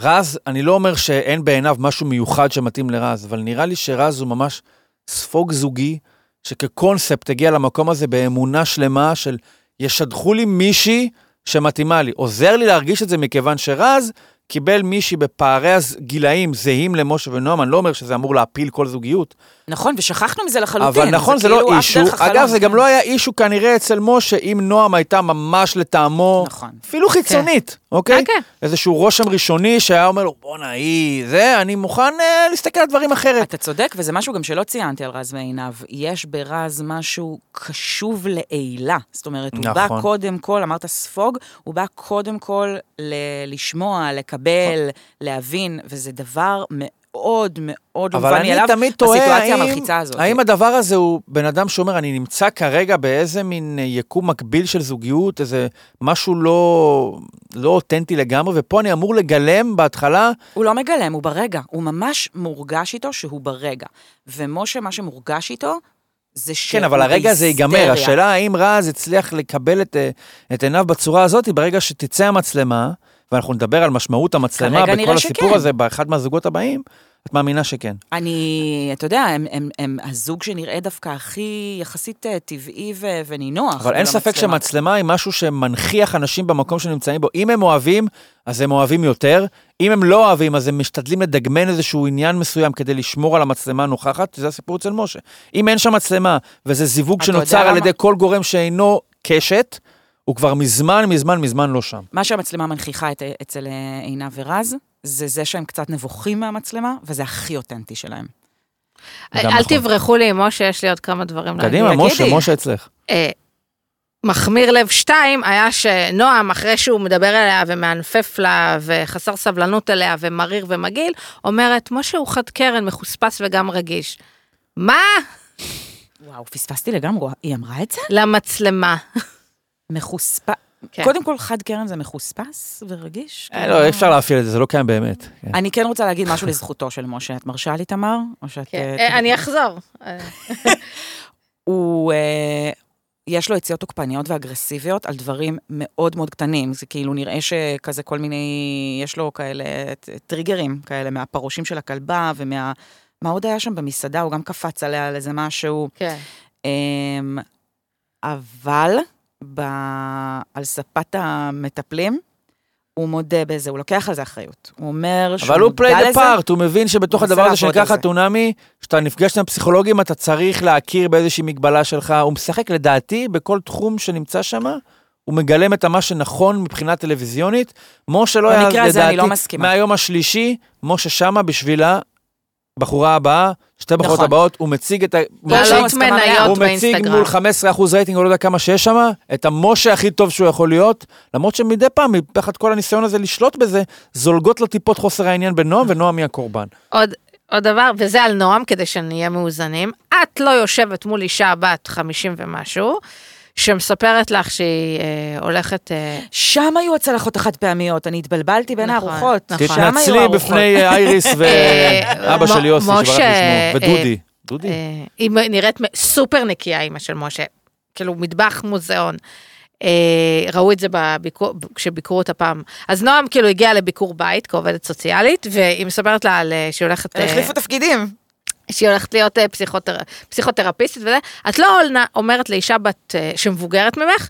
רז, אני לא אומר שאין בעיניו משהו מיוחד שמתאים לרז, אבל נראה לי שרז הוא ממש ספוג זוגי, שכקונספט הגיע למקום הזה באמונה שלמה של ישדחו לי מישהי שמתאימה לי. עוזר לי להרגיש את זה מכיוון שרז קיבל מישהי בפערי הגילאים זהים למשה ונועם, אני לא אומר שזה אמור להפיל כל זוגיות,
נכון, ושכחנו מזה לחלוטין.
אבל נכון, זה
כאילו
לא
עף
אישו.
דרך החלון,
אגב, זה
כן.
גם לא היה אישו כנראה אצל משה, אם נועם הייתה ממש לטעמו,
נכון.
אפילו חיצונית, אוקיי?
כן, כן.
איזשהו רושם ראשוני שהיה אומר לו, בואנה, היא זה, אני מוכן אה, להסתכל על דברים אחרת.
אתה צודק, וזה משהו גם שלא ציינתי על רז ועינב. יש ברז משהו קשוב לעילה. זאת אומרת, הוא בא
נכון.
קודם כל, אמרת ספוג, הוא בא קודם כל ל- לשמוע, לקבל,
נכון.
להבין, וזה דבר מאוד מאוד
אבל
מובן
אני
מאליו,
תמיד תוהה,
הסיטואציה
האם-
המלחיצה הזאת.
האם הדבר הזה הוא בן אדם שאומר, אני נמצא כרגע באיזה מין אה, יקום מקביל של זוגיות, איזה משהו לא לא אותנטי לגמרי, ופה אני אמור לגלם בהתחלה,
הוא לא מגלם, הוא ברגע. הוא ממש מורגש איתו שהוא ברגע. ומשה, מה שמורגש איתו, זה שהוא
כן, אבל הרגע הזה ייגמר.
בהיסטריה.
השאלה האם רז הצליח לקבל את, אה, את עיניו בצורה הזאת, ברגע שתצא המצלמה, ואנחנו נדבר על משמעות המצלמה
כרגע
בכל
נראה
הסיפור
שכן.
הזה, באחד מהזוגות הבאים, את מאמינה שכן.
אני, אתה יודע, הם, הם, הם הזוג שנראה דווקא הכי יחסית אה, טבעי ו- ונינוח.
אבל אין
מול
ספק
המצלמה.
שמצלמה היא משהו שמנכיח אנשים במקום שהם נמצאים בו. אם הם אוהבים, אז הם אוהבים יותר. אם הם לא אוהבים, אז הם משתדלים לדגמן איזשהו עניין מסוים כדי לשמור על המצלמה הנוכחת, זה הסיפור אצל משה. אם אין שם מצלמה, וזה זיווג
אתה יודע
שנוצר על
למה?
ידי כל גורם שאינו קשת, הוא כבר מזמן, מזמן, מזמן לא שם.
מה שהמצלמה מנכיחה את, אצל אה, עינב ורז, זה זה שהם קצת נבוכים מהמצלמה, וזה הכי אותנטי שלהם.
גם
אה, אל
נכון.
תברחו לי, משה, יש לי עוד כמה דברים להגיד.
קדימה,
תגידי.
משה, משה אצלך.
אה, מחמיר לב שתיים היה שנועם, אחרי שהוא מדבר אליה ומענפף לה וחסר סבלנות אליה ומריר ומגעיל, אומרת, משה הוא חד קרן, מחוספס וגם רגיש. מה?
וואו, פספסתי לגמרי, היא אמרה את זה?
למצלמה.
מחוספס.
כן.
קודם כל, חד קרן זה מחוספס ורגיש?
אה, לא, אי אפשר להפעיל את זה, זה לא קיים באמת. כן.
אני כן רוצה להגיד משהו לזכותו של משה. את מרשה לי, תמר? או שאת...
כן.
אה,
אה, אני אחזור. אה,
הוא, אה, יש לו יציאות תוקפניות ואגרסיביות על דברים מאוד מאוד קטנים. זה כאילו נראה שכזה כל מיני, יש לו כאלה ט- טריגרים כאלה מהפרושים של הכלבה ומה... מה עוד היה שם במסעדה? הוא גם קפץ עליה על איזה משהו.
כן.
אמ, אבל ב... על ספת המטפלים, הוא מודה בזה, הוא לוקח על זה אחריות. הוא אומר שהוא
אבל הוא
מודע
פליי דה
לזה.
פארט, הוא מבין שבתוך
הוא מנסה
הדבר הזה
לעבוד על
שנקרא
זה.
חתונמי, כשאתה נפגש עם פסיכולוגים, אתה צריך להכיר באיזושהי מגבלה שלך. הוא משחק, לדעתי, בכל תחום שנמצא שם, הוא מגלם את מה שנכון מבחינה טלוויזיונית. משה לא היה,
במקרה הזה אני לא
לדעתי,
מסכימה.
מהיום השלישי, משה שמה בשבילה, בחורה הבאה, שתי בחורות
נכון.
הבאות, הוא מציג את ה...
לא
בעלות
הסכמה מלאה.
מניות
הוא מציג
באינסטגרם.
מול 15% רייטינג, או לא יודע כמה שיש שם, את המשה הכי טוב שהוא יכול להיות, למרות שמדי פעם, תחת כל הניסיון הזה לשלוט בזה, זולגות לו טיפות חוסר העניין בנועם, ונועם היא הקורבן.
עוד, עוד דבר, וזה על נועם, כדי שנהיה מאוזנים. את לא יושבת מול אישה בת 50 ומשהו, שמספרת לך שהיא אה, הולכת... אה,
שם היו הצלחות החד פעמיות, אני התבלבלתי בין
נכון,
הארוחות.
נכון.
שם היו
תתנצלי
הארוחות.
בפני אייריס
אה,
ואבא
מ-
של יוסי, שברח
משה,
לשמו, ודודי.
אה,
דודי.
אה, היא נראית מ- סופר נקייה, אימא של משה. כאילו, מטבח מוזיאון. אה, ראו את זה בביקור, כשביקרו אותה פעם. אז נועם כאילו הגיעה לביקור בית כעובדת סוציאלית, והיא מספרת לה על, אה, שהיא הולכת...
הם
אה,
החליפו תפקידים.
שהיא הולכת להיות אה, פסיכותר... פסיכותרפיסטית וזה, את לא עונה- אומרת לאישה בת אה, שמבוגרת ממך,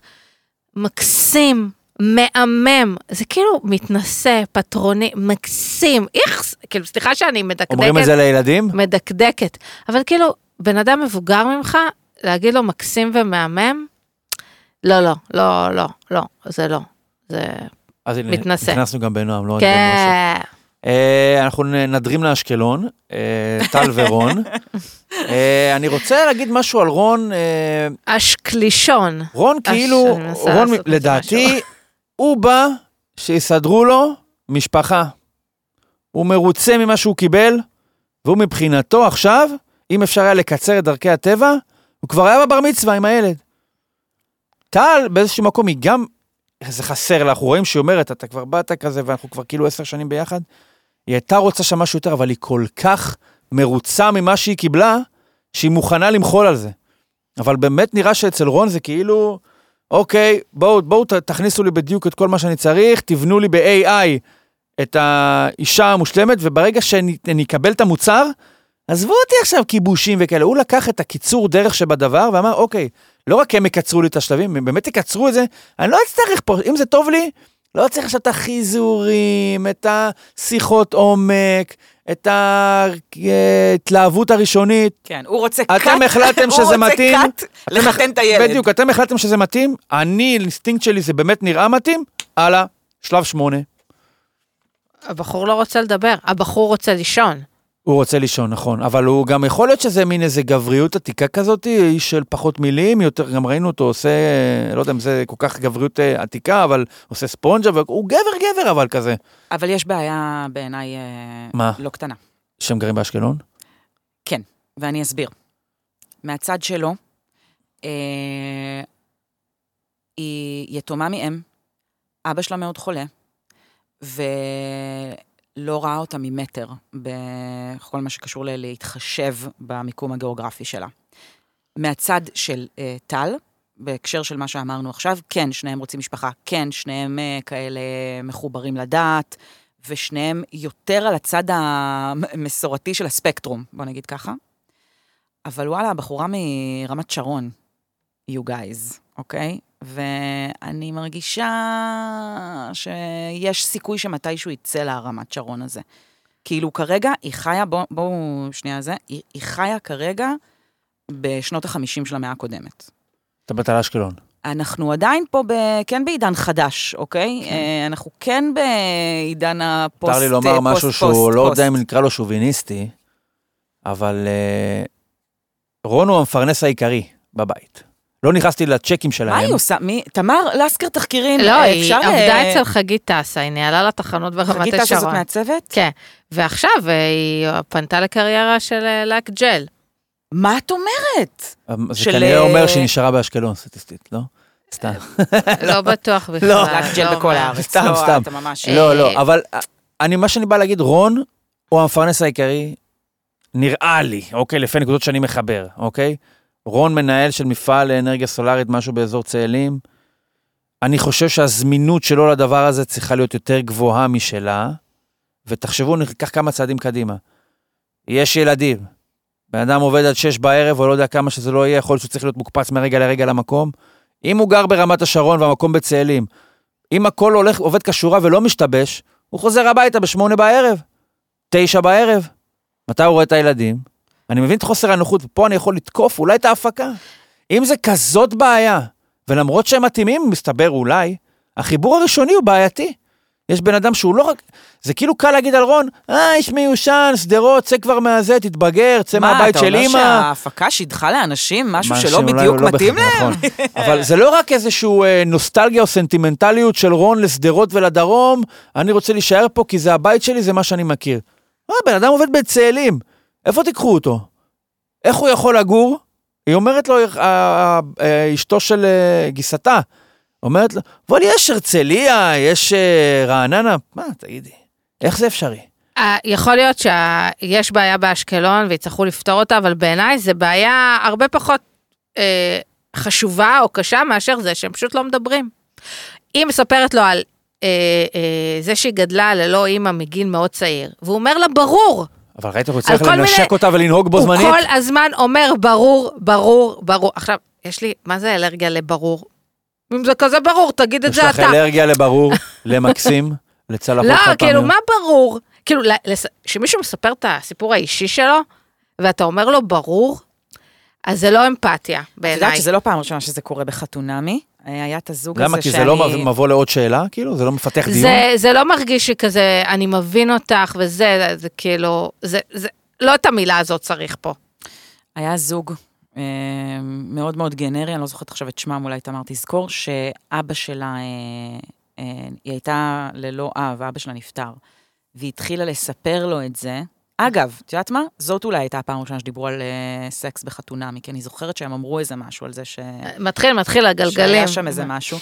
מקסים, מהמם, זה כאילו מתנשא, פטרוני, מקסים, איכס, כאילו, סליחה שאני מדקדקת.
אומרים את זה לילדים?
מדקדקת. אבל כאילו, בן אדם מבוגר ממך, להגיד לו מקסים ומהמם, לא, לא, לא, לא, לא, זה לא. זה...
אז הנה,
מתנשא.
נכנסנו גם בנועם, לא רק במשה.
כן.
אה, אנחנו נ- נדרים לאשקלון, אה, טל ורון. אה, אני רוצה להגיד משהו על רון. אה,
אשקלישון.
רון
אש,
כאילו,
אני אה, מנסה
רון,
לעשות מזה
לדעתי, הוא בא שיסדרו לו משפחה. הוא מרוצה ממה שהוא קיבל, והוא מבחינתו עכשיו, אם אפשר היה לקצר את דרכי הטבע, הוא כבר היה בבר מצווה עם הילד. טל, באיזשהו מקום, היא גם, זה חסר לה, אנחנו רואים שהיא אומרת, אתה כבר באת כזה, ואנחנו כבר כאילו עשר שנים ביחד. היא הייתה רוצה שם משהו יותר, אבל היא כל כך מרוצה ממה שהיא קיבלה, שהיא מוכנה למחול על זה. אבל באמת נראה שאצל רון זה כאילו, אוקיי, בואו, בואו ת- תכניסו לי בדיוק את כל מה שאני צריך, תבנו לי ב-AI את האישה המושלמת, וברגע שאני אני אקבל את המוצר, עזבו אותי עכשיו כיבושים וכאלה. הוא לקח את הקיצור דרך שבדבר ואמר, אוקיי, לא רק הם יקצרו לי את השלבים, הם באמת יקצרו את זה, אני לא אצטרך פה, אם זה טוב לי, לא צריך עכשיו את החיזורים, את השיחות עומק, את ההתלהבות הראשונית.
כן, הוא רוצה קאט.
אתם החלטתם
הוא
שזה
רוצה
מתאים?
קאט לחתן את הילד.
בדיוק, אתם החלטתם שזה מתאים, אני, האינסטינקט שלי זה באמת נראה מתאים, הלאה, שלב שמונה.
הבחור לא רוצה לדבר, הבחור רוצה לישון.
הוא רוצה לישון, נכון, אבל הוא גם יכול להיות שזה מין איזה גבריות עתיקה כזאת, איש של פחות מילים, יותר, גם ראינו אותו עושה, אה, לא יודע אם זה כל כך גבריות אה, עתיקה, אבל עושה ספונג'ה, והוא גבר גבר אבל כזה.
אבל יש בעיה בעיניי אה,
מה?
לא קטנה.
שהם גרים באשקלון?
ואני אסביר. מהצד שלו, אה, היא יתומה מאם, אבא שלה מאוד חולה, ולא ראה אותה ממטר בכל מה שקשור ל- להתחשב במיקום הגיאוגרפי שלה. מהצד של אה, טל, בהקשר של מה שאמרנו עכשיו, כן, שניהם רוצים משפחה, כן, שניהם אה, כאלה מחוברים לדת, ושניהם יותר על הצד המסורתי של הספקטרום, בוא נגיד ככה. אבל וואלה, הבחורה מרמת שרון, you guys, אוקיי? ואני מרגישה שיש סיכוי שמתישהו יצא לה הרמת שרון הזה. כאילו כרגע היא חיה, בוא- בואו שנייה זה, היא, היא חיה כרגע בשנות ה-50 של המאה הקודמת.
אתה באת על אשקלון.
אנחנו עדיין פה, ב, כן בעידן חדש, אוקיי? כן. אנחנו כן בעידן הפוסט,
צר לי לומר
פוסט,
משהו
אה, פוסט,
שהוא,
פוסט,
לא יודע אם נקרא לו שוביניסטי, אבל אה, רון הוא המפרנס העיקרי בבית. לא נכנסתי לצ'קים שלהם.
מה היא עושה? מי, תמר לסקר תחקירים,
לא,
אה,
היא
אפשר, אה,
עבדה אצל חגית טסה, היא ניהלה לה תחנות ברמת
חגית טסה זאת
השרון.
מהצוות?
כן, ועכשיו אה, היא פנתה לקריירה של אה, לק ג'ל.
מה את אומרת?
אמ, זה
של-
כנראה אומר שהיא נשארה באשקלון סטטיסטית, לא? סתם.
לא בטוח בכלל.
לא,
לק ג'ל
לא
בכל
מה.
הארץ.
סתם,
לא,
סתם.
אתה ממש...
לא, לא, אבל אני, מה שאני בא להגיד, רון הוא המפרנס העיקרי, נראה לי, אוקיי? לפי נקודות שאני מחבר, אוקיי? רון מנהל של מפעל לאנרגיה סולארית, משהו באזור צאלים. אני חושב שהזמינות שלו לדבר הזה צריכה להיות יותר גבוהה משלה, ותחשבו, ניקח כמה צעדים קדימה. יש ילדים, בן אדם עובד עד שש בערב, או לא יודע כמה שזה לא יהיה, יכול להיות שהוא צריך להיות מוקפץ מרגע לרגע למקום. אם הוא גר ברמת השרון והמקום בצאלים, אם הכל הולך, עובד כשורה ולא משתבש, הוא חוזר הביתה בשמונה בערב, תשע בערב. מתי הוא רואה את הילדים? אני מבין את חוסר הנוחות, ופה אני יכול לתקוף אולי את ההפקה. אם זה כזאת בעיה, ולמרות שהם מתאימים, מסתבר אולי, החיבור הראשוני הוא בעייתי. יש בן אדם שהוא לא רק... זה כאילו קל להגיד על רון, אה, איש מיושן, שדרות, צא כבר מהזה, תתבגר, צא מהבית של
מה, אתה אומר
אימא.
שההפקה שידכה לאנשים משהו שלא
שאולי
בדיוק
הוא לא
מתאים
בכלל,
להם?
נכון. אבל זה לא רק איזשהו אה, נוסטלגיה או סנטימנטליות של רון לשדרות ולדרום, אני רוצה להישאר פה כי זה הבית שלי, זה מה שאני מכיר. אה, בן אדם עובד בצאלים, איפה תיקחו אותו? איך הוא יכול לגור? היא אומרת לו, אה, אה, אה, אשתו של אה, גיסתה, אומרת לו, אבל יש הרצליה, יש אה, רעננה, מה, תגידי, איך זה אפשרי?
אה, יכול להיות שיש בעיה באשקלון ויצטרכו לפתור אותה, אבל בעיניי זה בעיה הרבה פחות אה, חשובה או קשה מאשר זה שהם פשוט לא מדברים. היא מספרת לו על אה, אה, זה שהיא גדלה ללא אימא מגיל מאוד צעיר, והוא אומר לה, ברור,
אבל ראית הוא צריך
על כל
לנשק
מיני-
אותה ולנהוג בו זמנית?
הוא כל הזמן אומר ברור, ברור, ברור. עכשיו, יש לי, מה זה אלרגיה לברור? אם זה כזה ברור, תגיד את
יש
זה
לך
אתה.
אלרגיה לברור, למקסים, לצלחות
לא,
חד
כאילו,
פעמיות?
מה ברור? כאילו, ל- לס- שמישהו מספר את הסיפור האישי שלו, ואתה אומר לו ברור, אז זה לא אמפתיה
את יודעת
בעיניי.
שזה לא פעם ראשונה שזה קורה בחתונמי? אה, היה את הזוג הזה שאני...
למה? כי זה לא מבוא לעוד שאלה? כאילו, זה לא מפתח דיון?
זה, זה לא מרגיש שכזה, אני מבין אותך וזה, זה, זה כאילו, זה, זה, לא את המילה הזאת צריך פה.
היה זוג אה, מאוד מאוד גנרי, אני לא זוכרת עכשיו את שמם, אולי תמר תזכור, שאבא שלה, אה, אה, היא הייתה ללא אב, אבא שלה נפטר, והיא התחילה לספר לו את זה. אגב, את יודעת מה? זאת אולי הייתה הפעם הראשונה שדיברו על אה, סקס בחתונמי, כי אני זוכרת שהם אמרו איזה משהו על זה ש...
מתחיל, מתחיל כן. הגלגלים.
שהיה שם איזה משהו.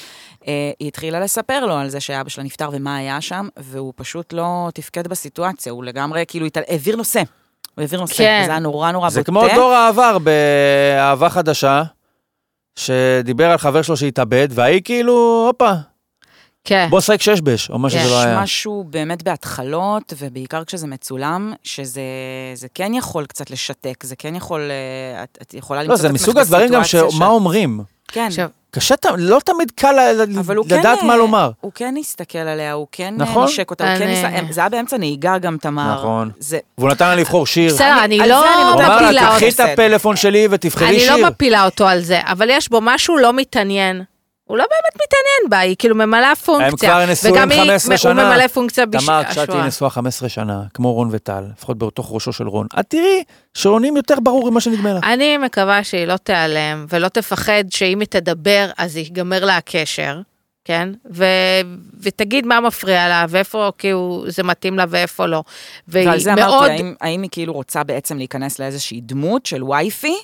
אה, היא התחילה לספר לו על זה שאבא שלה נפטר ומה היה שם, והוא פשוט לא תפקד בסיטואציה, הוא לגמרי, כאילו, התעל- העביר נושא. הוא העביר נושא,
כן.
זה כן? היה נורא נורא בוטה.
זה כמו דור העבר באהבה חדשה, שדיבר על חבר שלו שהתאבד, וההיא כאילו, הופה,
כן.
בוא שחק שש בש, או מה שזה
יש
לא היה.
משהו באמת בהתחלות, ובעיקר כשזה מצולם, שזה זה כן יכול קצת לשתק, זה כן יכול, אה, את, את יכולה למצוא
לא,
את
זה
עצמך
מסוג הדברים גם
בסיטואציה
שמה אומרים.
כן,
עכשיו,
קשה, ת- לא תמיד קל ל-
אבל הוא כן...
לדעת מה
אה,
לומר.
הוא כן הסתכל עליה, הוא כן
נכון.
נכון? נשק אותה, הוא כן
אני-
ניסה... זה היה באמצע נהיגה גם, תמר.
נכון.
זה...
והוא נתן לה לבחור שיר.
בסדר, אני
על
לא
זה אני
הוא אמר
מפילה
לה,
מפילה
תקחי
אותו.
את הפלאפון שלי ותבחרי
אני
שיר.
לא מפילה אותו על זה, אבל יש בו משהו לא מתעניין. הוא לא באמת מתעניין בה, היא כאילו ממלאה פונקציה.
כבר נשואים
וגם היא-
15 שנה.
הוא ממלא פונקציה
תמר, כשאת
בשעה.
תהיי נשואה 15 שנה, כמו רון וטל, לפחות בתוך ראשו של רון, את תראי שרונים יותר ברור ממה שנדמה לך.
אני מקווה שהיא לא תיעלם, ולא תפחד שאם היא תדבר, אז ייגמר לה הקשר, כן? ו... ותגיד מה מפריע לה, ואיפה כאילו זה מתאים לה ואיפה לא. והיא
ועל זה
מאוד...
אמרתי, האם, האם היא כאילו רוצה בעצם להיכנס לאיזושהי דמות של וייפי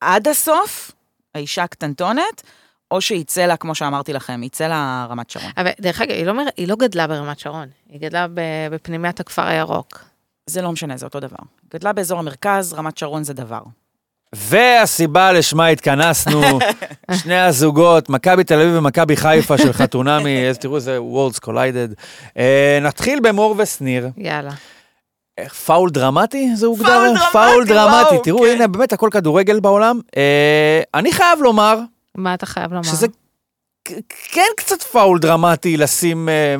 עד הסוף, האישה הקטנטונת, או שיצא לה, כמו שאמרתי לכם, יצא לה רמת שרון.
אבל דרך אגב, היא לא, מר... היא לא גדלה ברמת שרון, היא גדלה ב... בפנימיית הכפר הירוק.
זה לא משנה, זה אותו דבר. גדלה באזור המרכז, רמת שרון זה דבר.
והסיבה לשמה התכנסנו, שני הזוגות, מכבי תל אביב ומכבי חיפה של חתונמי, אז תראו איזה Worlds Collided. אה, נתחיל במור ושניר.
יאללה.
אה, פאול דרמטי זה הוגדר?
פאול דרמטי, וואו,
תראו,
כן.
הנה, באמת הכל כדורגל בעולם. אה, אני חייב לומר
מה אתה חייב לומר?
שזה כ- כן קצת פאול דרמטי לשים... אה,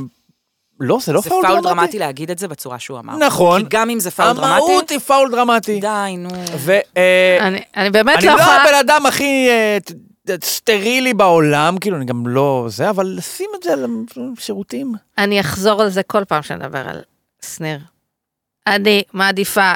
לא, זה לא
זה
פאול דרמטי.
להגיד את זה בצורה שהוא אמר.
נכון.
כי גם אם זה פאול
המהות
דרמטי,
היא פאול דרמטי.
די, נו.
ואני
אני, אני באמת לא
לא
יכולה...
הבן אדם הכי אה, ת- ת- סטרילי בעולם, כאילו, אני גם לא זה, אבל לשים את זה על שירותים.
אני אחזור על זה כל פעם שנדבר על שניר. אני מעדיפה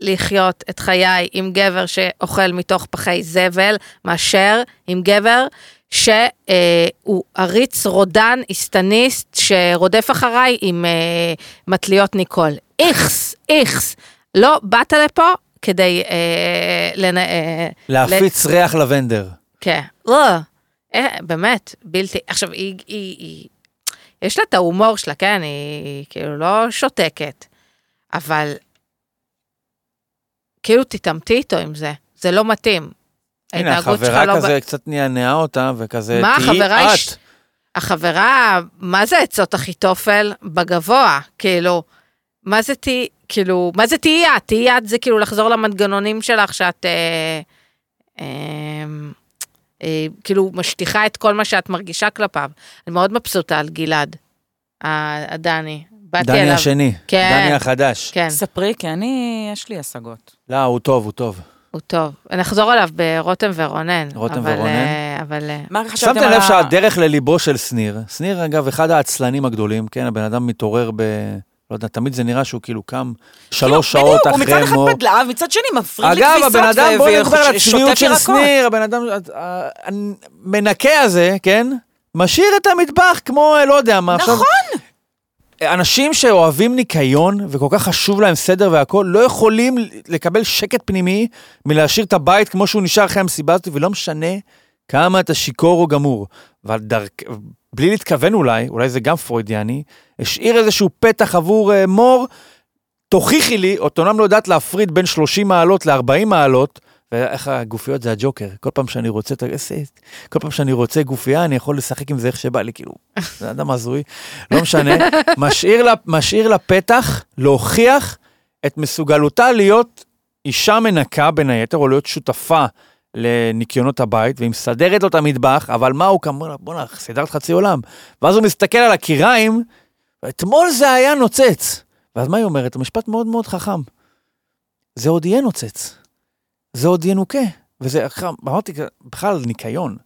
לחיות את חיי עם גבר שאוכל מתוך פחי זבל, מאשר עם גבר שהוא אה, הוא עריץ, רודן, איסטניסט, שרודף אחריי עם אה, מטליות ניקול. איכס, איכס. לא באת לפה כדי אה, לנ... אה,
להפיץ ריח לבנדר.
כן. לא. אה, באמת, בלתי. עכשיו, היא, היא, היא, יש לה את ההומור שלה, כן? היא, היא כאילו לא שותקת, אבל כאילו תתעמתי איתו עם זה, זה לא מתאים.
הנה,
ההתנהגות שלך
החברה
לא ב-
כזה קצת נענעה אותה, וכזה,
מה,
תהיי
החברה
את.
היא ש- החברה, מה זה עצות אחיתופל? בגבוה, כאילו, מה זה תהי, כאילו, מה זה תהיי את? תהיי את זה כאילו לחזור למנגנונים שלך שאת, אה, אה, אה, כאילו, משטיחה את כל מה שאת מרגישה כלפיו. אני מאוד מבסוטה על גלעד, ה- הדני. באתי
דני
אליו.
השני,
כן.
דני החדש.
כן,
ספרי, כי אני, יש לי השגות.
לא, הוא טוב, הוא טוב.
הוא טוב. נחזור אליו ברותם ורונן.
רותם
אבל,
ורונן?
אה, אבל... אה,
מה חשבתם
שמתם
על
לב
ה-
שהדרך לליבו של שניר, שניר אגב אחד העצלנים הגדולים, כן, הבן אדם מתעורר ב... לא יודע, תמיד זה נראה שהוא כאילו קם שלוש
כאילו,
שעות
בדיוק,
אחרי
הוא מצד אחד
מו...
פדלב, מצד שני מפריד
אגב,
לכביסות
הבן אדם, בוא
ו-
נדבר על
שוטף
הצניעות של
ירקות.
שניר, הבן אדם, ה- המנקה הזה, כן, משאיר את המטבח כמו, אה, לא יודע מה, עכשיו...
נכון.
אנשים שאוהבים ניקיון, וכל כך חשוב להם סדר והכול, לא יכולים לקבל שקט פנימי מלהשאיר את הבית כמו שהוא נשאר אחרי המסיבה הזאת, ולא משנה כמה אתה שיכור או גמור. אבל דרכ... בלי להתכוון אולי, אולי זה גם פרוידיאני, השאיר איזשהו פתח עבור אה, מור, תוכיחי לי, את אומנם לא יודעת להפריד בין 30 מעלות ל-40 מעלות, ואיך הגופיות זה הג'וקר, כל פעם שאני רוצה, את ה- איזה- כל פעם שאני רוצה גופייה, אני יכול לשחק עם זה איך שבא לי, כאילו, זה אדם הזוי, לא משנה, משאיר לה, משאיר לה פתח להוכיח את מסוגלותה להיות אישה מנקה בין היתר, או להיות שותפה לניקיונות הבית, והיא מסדרת לו את המטבח, אבל מה הוא כמובן, בואנה, סידרת חצי עולם. ואז הוא מסתכל על הקיריים, ואתמול זה היה נוצץ. ואז מה היא אומרת? משפט מאוד מאוד חכם. זה עוד יהיה נוצץ. זה עוד ינוקה. וזה, אחר- אמרתי, בכלל, ניקיון.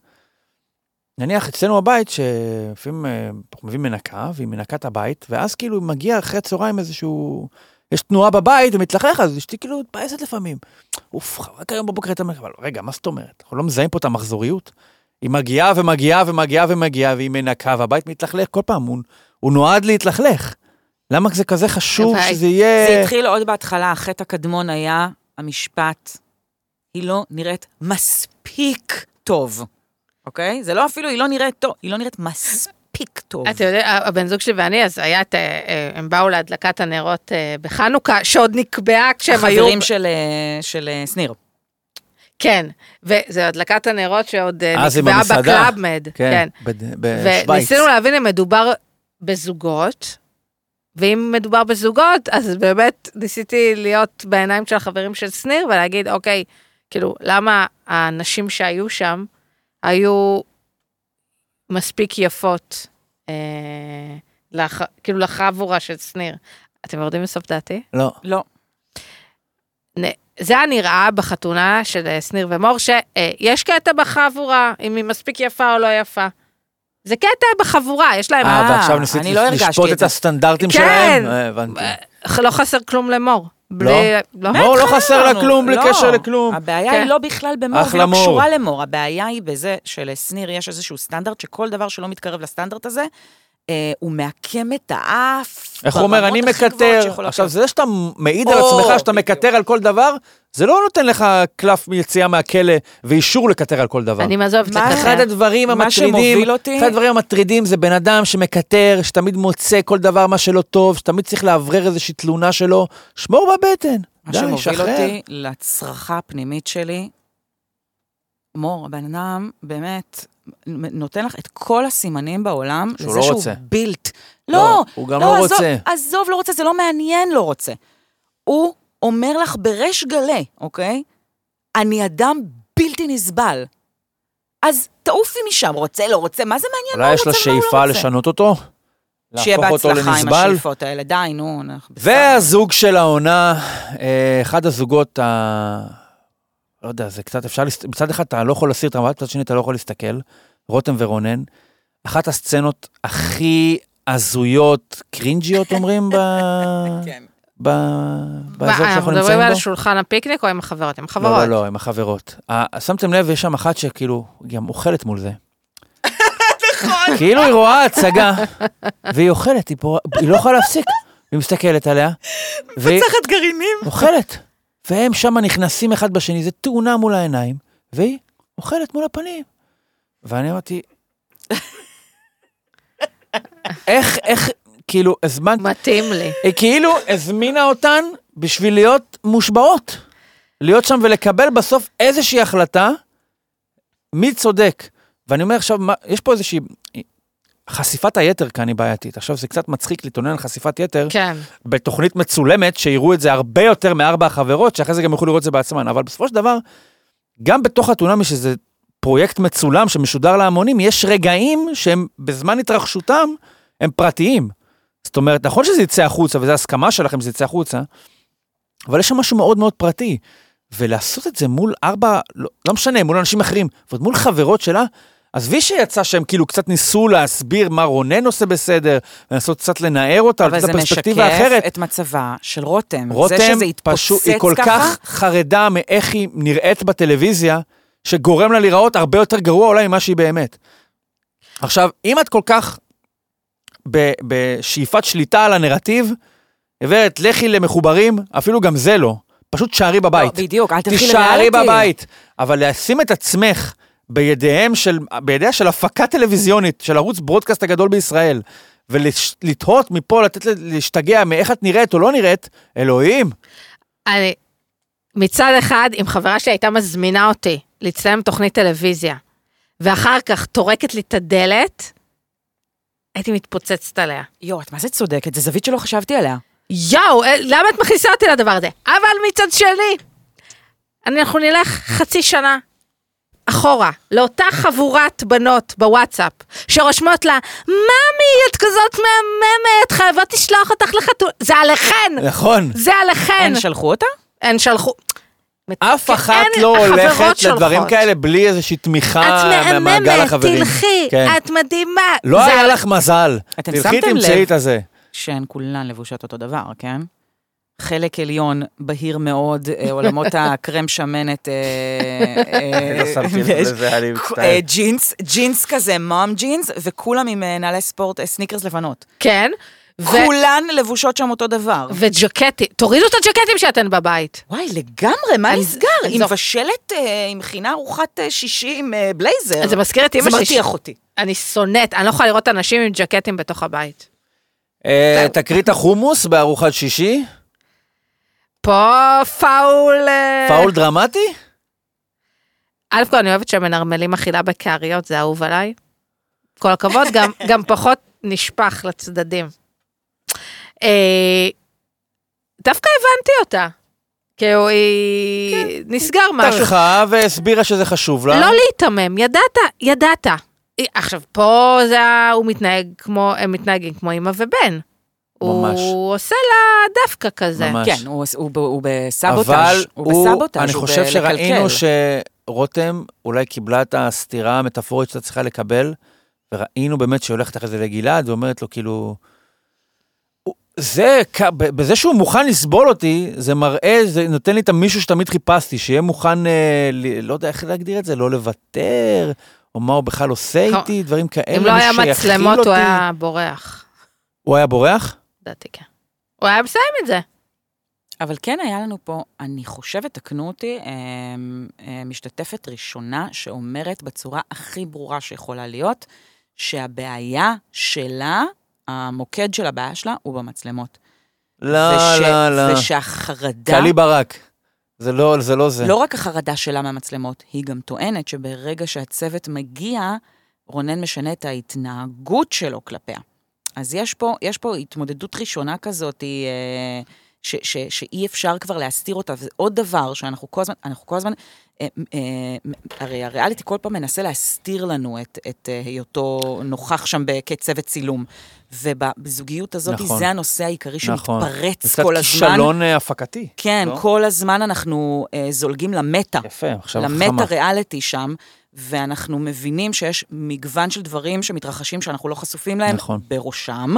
נניח אצלנו בבית, שלפעמים אה, אנחנו מביאים מנקה, והיא מנקה את הבית, ואז כאילו מגיע אחרי הצהריים איזשהו... יש תנועה בבית ומתלכלך, אז אשתי כאילו מתבאסת לפעמים. אוף, רק היום בבוקר הייתה מנקה, אבל רגע, מה זאת אומרת? אנחנו לא מזהים פה את המחזוריות? היא מגיעה ומגיעה ומגיעה ומגיעה, והיא מנקה, והבית מתלכלך כל פעם, הוא, הוא נועד להתלכלך. למה זה כזה חשוב
אבל
שזה יהיה...
זה התחיל עוד בהתחלה, החטא הקדמון היה המשפט, היא לא נראית מספיק טוב, אוקיי? זה לא אפילו, היא לא נראית טוב, היא לא נראית מספיק טוב.
אתה יודע, הבן זוג שלי ואני, אז היה את, אה, אה, הם באו להדלקת הנרות אה, בחנוכה, שעוד נקבעה כשהם היו...
חברים של, אה, של אה, שניר.
כן, וזה הדלקת הנרות שעוד אה,
אז עם
נקבעה
המסעדה.
בקלאבמד. כן.
כן, בד- בשוויץ.
וניסינו להבין אם מדובר בזוגות, ואם מדובר בזוגות, אז באמת ניסיתי להיות בעיניים של החברים של שניר ולהגיד, אוקיי, כאילו, למה הנשים שהיו שם היו מספיק יפות, אה, לח... כאילו, לחבורה של שניר. אתם יורדים לסוף דעתי?
לא.
לא.
זה היה נראה בחתונה של אה, שניר ומור, שיש קטע בחבורה, אם היא מספיק יפה או לא יפה. זה קטע בחבורה, יש להם...
אה,
אה,
ועכשיו ניסית
אני לא הרגשתי
לשפוט
את
את
זה.
הסטנדרטים
כן.
שלהם? אה, הבנתי.
לא חסר כלום למור. בלי... לא.
מור לא
מההתחלה
חסר לה
אמרנו,
כלום, בלי
לא.
קשר לכלום.
הבעיה
כן.
היא לא בכלל במור, היא
אחלה
לא
מור.
קשורה למור, הבעיה היא בזה שלשניר יש איזשהו סטנדרט, שכל דבר שלא מתקרב לסטנדרט הזה, אה, הוא מעקם את האף.
איך הוא אומר,
ברמות
אני
הכי גבוהות
מקטר.
שיכולות
עכשיו,
להיות.
זה שאתה מעיד על
או,
עצמך שאתה
בדיוק.
מקטר על כל דבר, זה לא נותן לך קלף מיציאה מהכלא ואישור לקטר על כל דבר.
אני מה זה אוהבת
מה
אחד
לקטר.
הדברים
מה
המטרידים,
שמוביל אותי-
אחד הדברים המטרידים זה בן אדם שמקטר, שתמיד מוצא כל דבר מה שלא טוב, שתמיד צריך לאוורר איזושהי תלונה שלו, שמור בבטן.
מה
די,
שמוביל
שחרר.
אותי לצרכה הפנימית שלי, מור, הבן אדם באמת נותן לך את כל הסימנים בעולם
שהוא
לזה
לא
שהוא
רוצה.
בילט. לא,
הוא גם לא
עזוב-
רוצה.
עזוב, לא רוצה, זה לא מעניין, לא רוצה. הוא אומר לך בריש גלי, אוקיי? אני אדם בלתי נסבל. אז תעופי משם, רוצה, לא רוצה, מה זה מעניין מה
אולי
הוא
יש
רוצה
לה
ומה הוא
שאיפה
לא רוצה?
לשנות אותו?
שיהיה
להפוך אותו
בהצלחה עם
לנסבל?
השאיפות האלה, די, נו, אנחנו בסדר.
והזוג של העונה, אה, אחד הזוגות ה... לא יודע, זה קצת אפשר, להסת- מצד אחד אתה לא יכול להסיר את המבט, מצד שני אתה לא יכול להסתכל, רותם ורונן, אחת הסצנות הכי הזויות, קרינג'יות אומרים, ב...
כן.
ב...
מה,
באזור שאנחנו
אנחנו
נמצאים
מדברים על
בו?
שולחן הפיקניק או עם החברות? עם
לא,
החברות.
לא, לא, עם החברות. אה, שמתם לב, יש שם אחת שכאילו, היא גם אוכלת מול זה. נכון. כאילו היא רואה הצגה, והיא אוכלת, היא פה- היא לא יכולה להפסיק. היא מסתכלת עליה, והיא
תחת גרעינים.
אוכלת. והם שם נכנסים אחד בשני, זה תאונה מול העיניים, והיא אוכלת מול הפנים. ואני אמרתי, איך, איך, כאילו, הזמנת,
מתאים לי.
היא כאילו הזמינה אותן בשביל להיות מושבעות. להיות שם ולקבל בסוף איזושהי החלטה, מי צודק. ואני אומר עכשיו, מה, יש פה איזושהי... חשיפת היתר כאן היא בעייתית. עכשיו, זה קצת מצחיק להתלונן על חשיפת יתר
כן.
בתוכנית מצולמת, שיראו את זה הרבה יותר מארבע החברות, שאחרי זה גם יוכלו לראות את זה בעצמן. אבל בסופו של דבר, גם בתוך חתונמי, שזה פרויקט מצולם שמשודר להמונים, יש רגעים שהם בזמן התרחשותם, הם פרטיים. זאת אומרת, נכון שזה יצא החוצה, וזו הסכמה שלכם שזה יצא החוצה, אבל יש שם משהו מאוד מאוד פרטי. ולעשות את זה מול ארבע, לא, לא משנה, מול אנשים אחרים, אבל מול חברות שלה, עזבי שיצא שהם כאילו קצת ניסו להסביר מה רונן עושה בסדר, לנסות קצת לנער אותה,
אבל
לתת
זה
לה
משקף
פרספקטיבה אחרת.
את מצבה של רותם.
רותם,
זה שזה
פשוט,
התפוצץ
היא כל
ככה,
כך חרדה מאיך היא נראית בטלוויזיה, שגורם לה להיראות הרבה יותר גרוע אולי ממה שהיא באמת. עכשיו, אם את כל כך ב- בשאיפת שליטה על הנרטיב, גברת, לכי למחוברים, אפילו גם זה לא. פשוט שערי בבית.
לא, בדיוק, אל תלכי
תישארי
לריאליטי.
בבית. אבל לשים את עצמך בידיהם של, בידיה של הפקה טלוויזיונית, של ערוץ ברודקאסט הגדול בישראל, ולתהות מפה, לתת לה- להשתגע מאיך את נראית או לא נראית, אלוהים.
אני, מצד אחד, אם חברה שלי הייתה מזמינה אותי להצטלם בתוכנית טלוויזיה, ואחר כך טורקת לי את הדלת, הייתי מתפוצצת עליה.
יואו, את מה זה צודקת? זו זווית שלא חשבתי עליה.
יואו, אה, למה את מכניסה אותי לדבר הזה? אבל מצד שני, אנחנו נלך חצי שנה אחורה, לאותה חבורת בנות בוואטסאפ, שרושמות לה, ממי, את כזאת מהממת, חייבות לשלוח אותך לחתול... זה עליכן!
נכון.
זה עליכן!
הן שלחו אותה?
הן שלחו...
אף
כן,
אחת
אין,
לא
החברות
הולכת
שולחות.
לדברים כאלה בלי איזושהי תמיכה
את
מהמעגל
מהממת,
אה, החברים.
תלכי,
כן.
את מדהימה.
לא
זה
היה
על-
לך מזל.
אתם
תלכי
שמתם
תמצאי
לב?
את הזה.
שהן כולן לבושות אותו דבר, כן? חלק עליון, בהיר מאוד, אה, עולמות הקרם שמנת. אה, אה,
לא שמתי לב
ויש-
לזה, אני מצטער.
אה, ג'ינס, ג'ינס כזה, מום ג'ינס, וכולם עם אה, נעלי ספורט, אה, סניקרס לבנות.
כן. ו-
כולן לבושות שם אותו דבר.
וג'קטים, תורידו את הג'קטים שאתן בבית.
וואי, לגמרי, מה
אני-
נסגר?
אני
היא
זו-
מבשלת, אה, היא מכינה ארוחת אה, שישי עם אה, בלייזר.
זה מזכיר את אמא
זה
שלי.
מרתיח אותי.
אני שונאת, אני לא יכולה לראות אנשים עם ג'קטים בתוך הבית.
אה,
זהו.
תקרית החומוס בארוחת שישי,
פה פאול... אה,
פאול דרמטי?
א' כל אני אוהבת שמנרמלים אכילה בקעריות, זה אהוב עליי. כל הכבוד, גם, גם פחות נשפך לצדדים. אה, דווקא הבנתי אותה. כאילו,
כן.
היא... נסגר משהו.
טרחה והסבירה שזה חשוב לה.
לא להיתמם, ידעת, ידעת. אה, עכשיו, פה זה, ה- הוא מתנהג כמו, הם מתנהגים כמו אימא ובן.
ממש.
הוא עושה לה דווקא כזה.
ממש.
כן, הוא הוא ב- הוא בסבוטאז'.
אבל
הוא בסבוטאז',
אני
הוא
חושב שראינו
בלקלקל.
שרותם אולי קיבלה את הסתירה המטאפורית שאתה צריכה לקבל, וראינו באמת שהיא הולכת אחרי זה לגלעד ואומרת לו כאילו... הוא- זה, כ- ב- בזה שהוא מוכן לסבול אותי, זה מראה, זה נותן לי את המישהו שתמיד חיפשתי, שיהיה מוכן, אה, ל- לא יודע איך להגדיר את זה, לא לוותר, או מה הוא בכלל עושה
לא.
איתי, דברים כאלה,
אם לא היה
מישהו שיכיל
מצלמות, הוא
אותי.
היה בורח.
הוא היה בורח?
לדעתי כן. הוא היה מסיים את זה.
אבל כן היה לנו פה, אני חושבת, תקנו אותי, אמ, אמ, משתתפת ראשונה שאומרת בצורה הכי ברורה שיכולה להיות, שהבעיה שלה, המוקד של הבעיה שלה הוא במצלמות.
לא,
וש-
לא, לא.
ושהחרדה,
קלי ברק. זה לא זה. לא זה.
לא רק החרדה שלה מהמצלמות, היא גם טוענת שברגע שהצוות מגיע, רונן משנה את ההתנהגות שלו כלפיה. אז יש פה, יש פה התמודדות ראשונה כזאת, היא, אה, ש, ש, שאי אפשר כבר להסתיר אותה, וזה עוד דבר שאנחנו כל הזמן, אנחנו כל הזמן, אה, אה, הרי הריאליטי כל פעם מנסה להסתיר לנו את, את אה, היותו נוכח שם ב- כצוות צילום. ובזוגיות הזאת,
נכון.
נכון. זה הנושא העיקרי
נכון.
שמתפרץ
זה
כל
קצת
הזמן.
כישלון אה, הפקתי.
כן,
לא?
כל הזמן אנחנו אה, זולגים למטה.
יפה, עכשיו חכמה.
למטה ריאליטי שם, ואנחנו מבינים שיש מגוון של דברים שמתרחשים שאנחנו לא חשופים להם,
נכון.
בראשם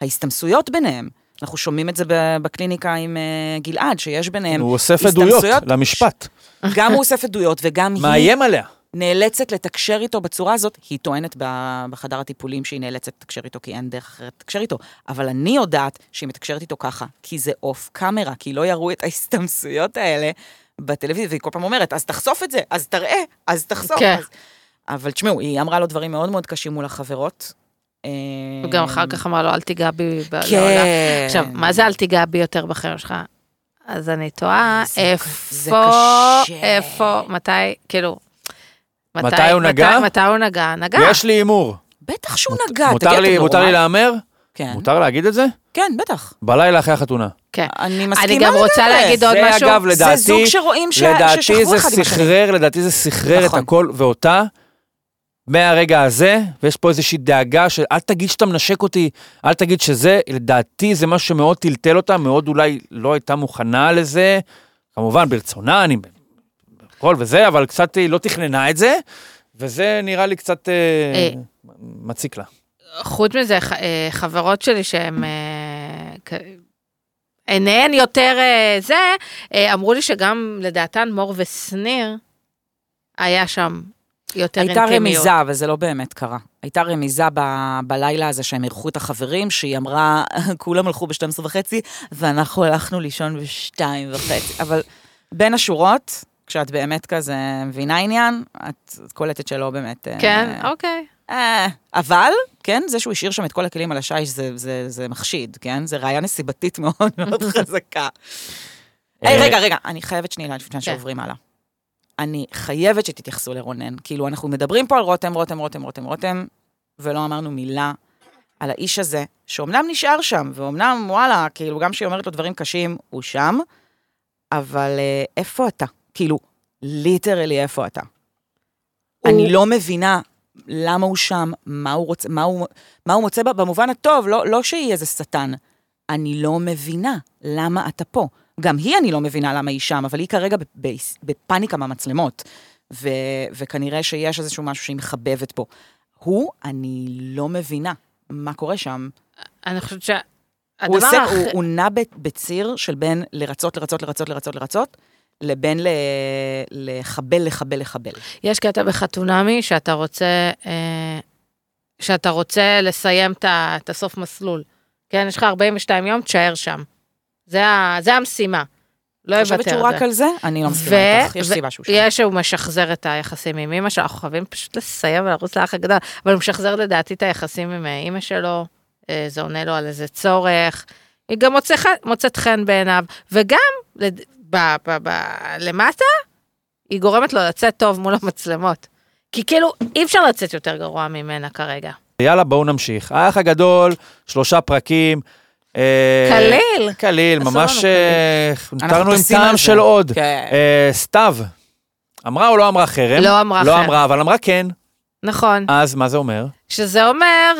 ההסתמסויות ביניהם. אנחנו שומעים את זה ב- בקליניקה עם אה, גלעד, שיש ביניהם
הוא אוסף עדויות למשפט.
גם הוא אוסף עדויות וגם היא
מאיים עליה.
נאלצת לתקשר איתו בצורה הזאת. היא טוענת ב- בחדר הטיפולים שהיא נאלצת לתקשר איתו, כי אין דרך אחרת לתקשר איתו. אבל אני יודעת שהיא מתקשרת איתו ככה, כי זה אוף קאמרה, כי לא יראו את ההסתמסויות האלה בטלוויזיה, והיא כל פעם אומרת, אז תחשוף את זה, אז תראה, אז תחשוף.
כן.
אז... אבל תשמעו, היא אמרה לו דברים מאוד מאוד קשים מול החברות. אה,
הוא גם אחר כך אמר לו, אל תיגע בי ב- לעולם.
כן.
עכשיו, מה זה אל תיגע בי יותר בחיים שלך? אז אני תוהה,
זה ק- זה
איפה,
קשה.
איפה, מתי, כאילו,
מתי הוא נגע?
מתי הוא נגע? נגע.
יש לי הימור.
בטח שהוא נגע, תגיד,
מותר
אתם
לי-
לא
מותר לי
נורמל?
להמר?
כן,
מותר להגיד את זה?
כן, בטח.
בלילה אחרי החתונה.
כן.
אני מסכימה
אני גם רוצה
לגמרי.
להגיד עוד
זה
משהו.
אגב, לא-
זה
לדעתי-
זוג שרואים ש...
לדעתי
ששכבו
זה
אחד עם השני.
סחרר, לדעתי זה סחרר את
נכון.
הכל ואותה. מהרגע הזה, ויש פה איזושהי דאגה של אל תגיד שאתה מנשק אותי, אל תגיד שזה, לדעתי זה משהו שמאוד טלטל אותה, מאוד אולי לא הייתה מוכנה לזה, כמובן ברצונה, אני... הכל וזה, אבל קצת היא לא תכננה את זה, וזה נראה לי קצת אה,
אה.
מציק לה.
חוץ מזה, ח- אה, חברות שלי שהן... אה, כ- עיניהן יותר אה, זה, אה, אמרו לי שגם לדעתן מור ושניר היה שם יותר
הייתה
אינטימיות.
רמיזה, אבל זה לא באמת קרה. הייתה רמיזה ב, בלילה הזה שהם אירחו את החברים, שהיא אמרה, כולם הלכו ב-12 וחצי, ואנחנו הלכנו לישון ב-2 וחצי. אבל בין השורות, כשאת באמת כזה מבינה עניין, את את קולטת שלא באמת... אה,
כן, אוקיי.
אה, אבל, כן, זה שהוא השאיר שם את כל הכלים על השיש, זה, זה, זה מחשיד, כן? זה ראייה נסיבתית מאוד מאוד חזקה.
אה,
היי, אה, רגע, רגע, אני חייבת שנייה לפני שעוברים הלאה. אני חייבת שתתייחסו לרונן. כאילו, אנחנו מדברים פה על רותם, רותם, רותם, רותם, רותם, ולא אמרנו מילה על האיש הזה, שאומנם נשאר שם, ואומנם, וואלה, כאילו, גם כשהיא אומרת לו דברים קשים, הוא שם, אבל אה, איפה אתה? כאילו, ליטרלי, איפה אתה? אני לא מבינה למה הוא שם, מה הוא רוצה, מה הוא, מה הוא מוצא בה, במובן הטוב, לא, לא שהיא איזה שטן. אני לא מבינה למה אתה פה. גם היא, אני לא מבינה למה היא שם, אבל היא כרגע ב- ב- בפאניקה מהמצלמות, ו, וכנראה שיש איזשהו משהו שהיא מחבבת פה. הוא, אני לא מבינה מה קורה שם.
אני חושבת
הוא,
שהדבר
עושה,
האחר...
הוא, הוא נע ב- בציר של בין לרצות, לרצות, לרצות, לרצות, לרצות, לבין ל, לחבל, לחבל, לחבל.
יש קטע בחתונמי שאתה רוצה, אה, שאתה רוצה לסיים את ה- את הסוף מסלול. כן, יש לך 42 יום, תשאר שם. זה, ה, זה המשימה. לא
את
אוותר את
חושבת
זה.
שהוא רק על זה? אני לא מסכימה
ו-
איתך, יש
ו-
סיבה שהוא שם.
יש שהוא משחזר את היחסים עם אמא שלו, אנחנו חייבים פשוט לסיים ולרוץ לאח הגדול, אבל הוא משחזר לדעתי את היחסים עם אה, אמא שלו, אה, זה עונה לו על איזה צורך, היא גם מוצא ח- מוצאת חן בעיניו, וגם לד- ב- ב- ב- למטה, היא גורמת לו לצאת טוב מול המצלמות. כי כאילו, אי אפשר לצאת יותר גרוע ממנה כרגע.
אה, יאללה, בואו נמשיך. האח הגדול, שלושה פרקים. אה,
קליל.
קליל,
עשו
ממש
לנו
אה,
אנחנו
נותרנו עם
טסים על
טעם
זה.
של עוד.
כן.
אה, סתיו, אמרה או לא אמרה חרם?
לא אמרה
לא
חרם.
אמרה, אבל אמרה כן.
נכון.
אז מה זה אומר?
שזה אומר